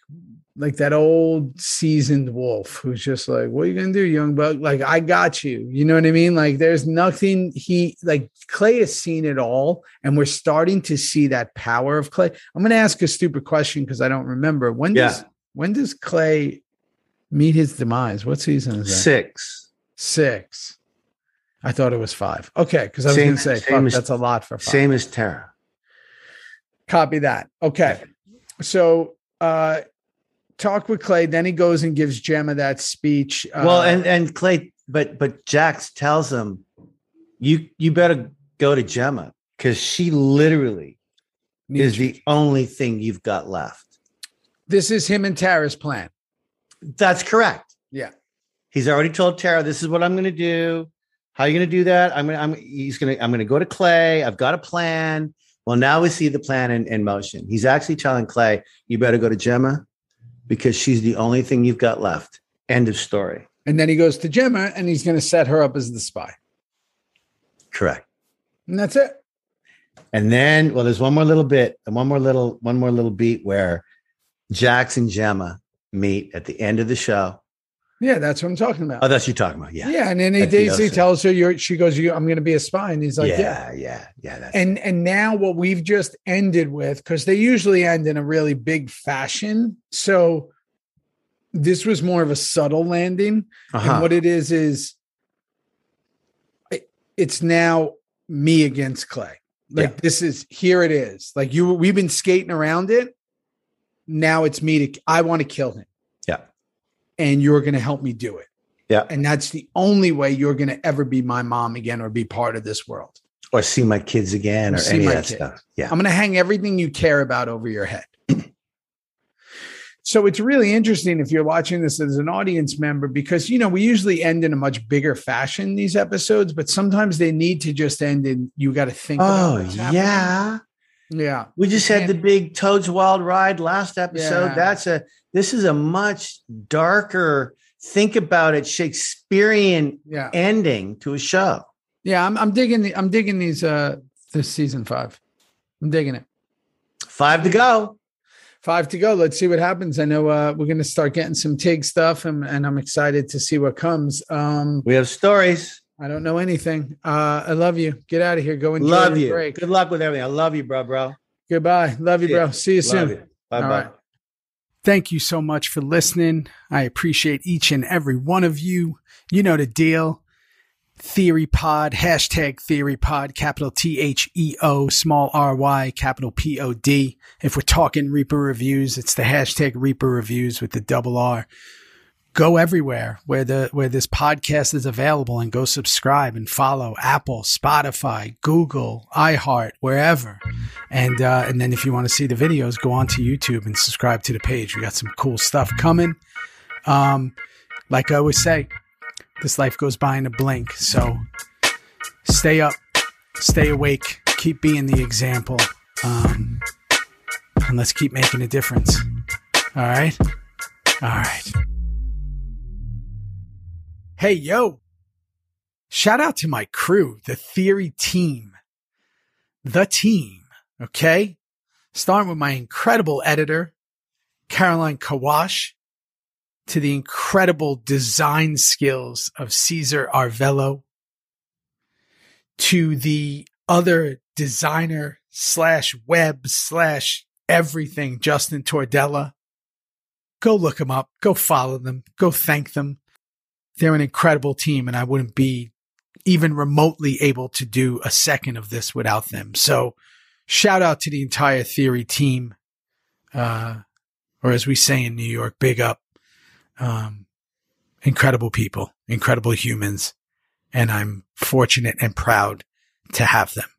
S2: like that old seasoned wolf who's just like, what are you gonna do, young buck? Like, I got you. You know what I mean? Like, there's nothing he like Clay has seen it all, and we're starting to see that power of Clay. I'm gonna ask a stupid question because I don't remember. When does when does Clay meet his demise? What season is that?
S1: Six.
S2: Six. I thought it was five. Okay, because I was
S1: Same-
S2: gonna say
S1: same
S2: fuck,
S1: as-
S2: that's a lot for five.
S1: Same as Tara.
S2: Copy that. Okay. So uh talk with Clay. Then he goes and gives Gemma that speech. Uh,
S1: well, and and Clay, but but Jax tells him, you you better go to Gemma because she literally is the only thing you've got left.
S2: this is him and Tara's plan.
S1: That's correct.
S2: Yeah.
S1: He's already told Tara, this is what I'm going to do. How are you going to do that? I'm going to, I'm, he's going to, I'm going to go to Clay. I've got a plan. Well, now we see the plan in, in motion. He's actually telling Clay, you better go to Gemma because she's the only thing you've got left. End of story.
S2: And then he goes to Gemma and he's gonna set her up as the spy.
S1: Correct.
S2: And that's it.
S1: And then, well, there's one more little bit and one more little, one more little beat where Jax and Gemma meet at the end of the show.
S2: Yeah, that's what I'm talking about.
S1: Oh, that's you talking about. Yeah.
S2: yeah. and then he
S1: At the
S2: basically
S1: outset.
S2: tells her you're she goes, You I'm gonna be a spy. And he's like,
S1: yeah.
S2: Yeah.
S1: Yeah. Yeah. That's
S2: And and now what we've just ended with, because they usually end in a really big fashion. So this was more of a subtle landing.
S1: Uh-huh.
S2: And what it is is it, it's now me against Clay. Like
S1: Yeah.
S2: this is here it is. Like you we've been skating around it. Now it's me to I want to kill him.
S1: Yeah.
S2: And you're going to help me do it.
S1: Yeah.
S2: And that's the only way you're going to ever be my mom again or be part of this world.
S1: or see my kids again or
S2: See
S1: any
S2: my
S1: of that
S2: kids.
S1: stuff. Yeah.
S2: I'm going to hang everything you care about over your head. so it's really interesting if you're watching this as an audience member because, you know, we usually end in a much bigger fashion these episodes, but sometimes they need to just end in you got to think. about
S1: Oh
S2: what's happening.
S1: yeah.
S5: Yeah.
S1: We just had
S6: Yeah.
S1: the big Toad's Wild Ride last episode.
S5: Yeah.
S1: That's a this is a much darker, think about it, Shakespearean
S5: Yeah.
S1: ending to a show.
S5: Yeah. I'm, I'm digging the, I'm digging these, uh, this season five. I'm digging it.
S1: Five to go.
S5: Five to go. Let's see what happens. I know, uh, we're going to start getting some TIG stuff and, and I'm excited to see what comes. Um,
S1: We have stories.
S5: I don't know anything. Uh, I love you. Get out of here. Go enjoy
S1: love
S5: your
S1: you.
S5: break.
S1: Good luck with everything. I love you, bro, bro.
S5: Goodbye. Love you,
S1: Yeah.
S5: bro. See you soon.
S1: Love you. Bye bye.
S5: All right.
S2: Thank you so much for listening. I appreciate each and every one of you. You know the deal. Theory Pod, hashtag Theory Pod, capital T H E O, small R Y, capital P O D. If we're talking Reaper reviews, it's the hashtag Reaper reviews with the double R. Go everywhere where the where this podcast is available and go subscribe and follow Apple, Spotify, Google, iHeart, wherever. And uh, and then if you want to see the videos, go on to YouTube and subscribe to the page. We got some cool stuff coming. Um, like I always say, this life goes by in a blink. So stay up, stay awake, keep being the example, um, and let's keep making a difference. All right, all right. Hey yo! Shout out to my crew, the Theory team, the team. Okay. Starting with my incredible editor, Caroline Kawash, to the incredible design skills of Caesar Arvello, to the other designer slash web slash everything, Justin Tordella. Go look them up. Go follow them. Go thank them. They're an incredible team, and I wouldn't be even remotely able to do a second of this without them. So, shout out to the entire theory team uh or as we say in new york big up um incredible people incredible humans and i'm fortunate and proud to have them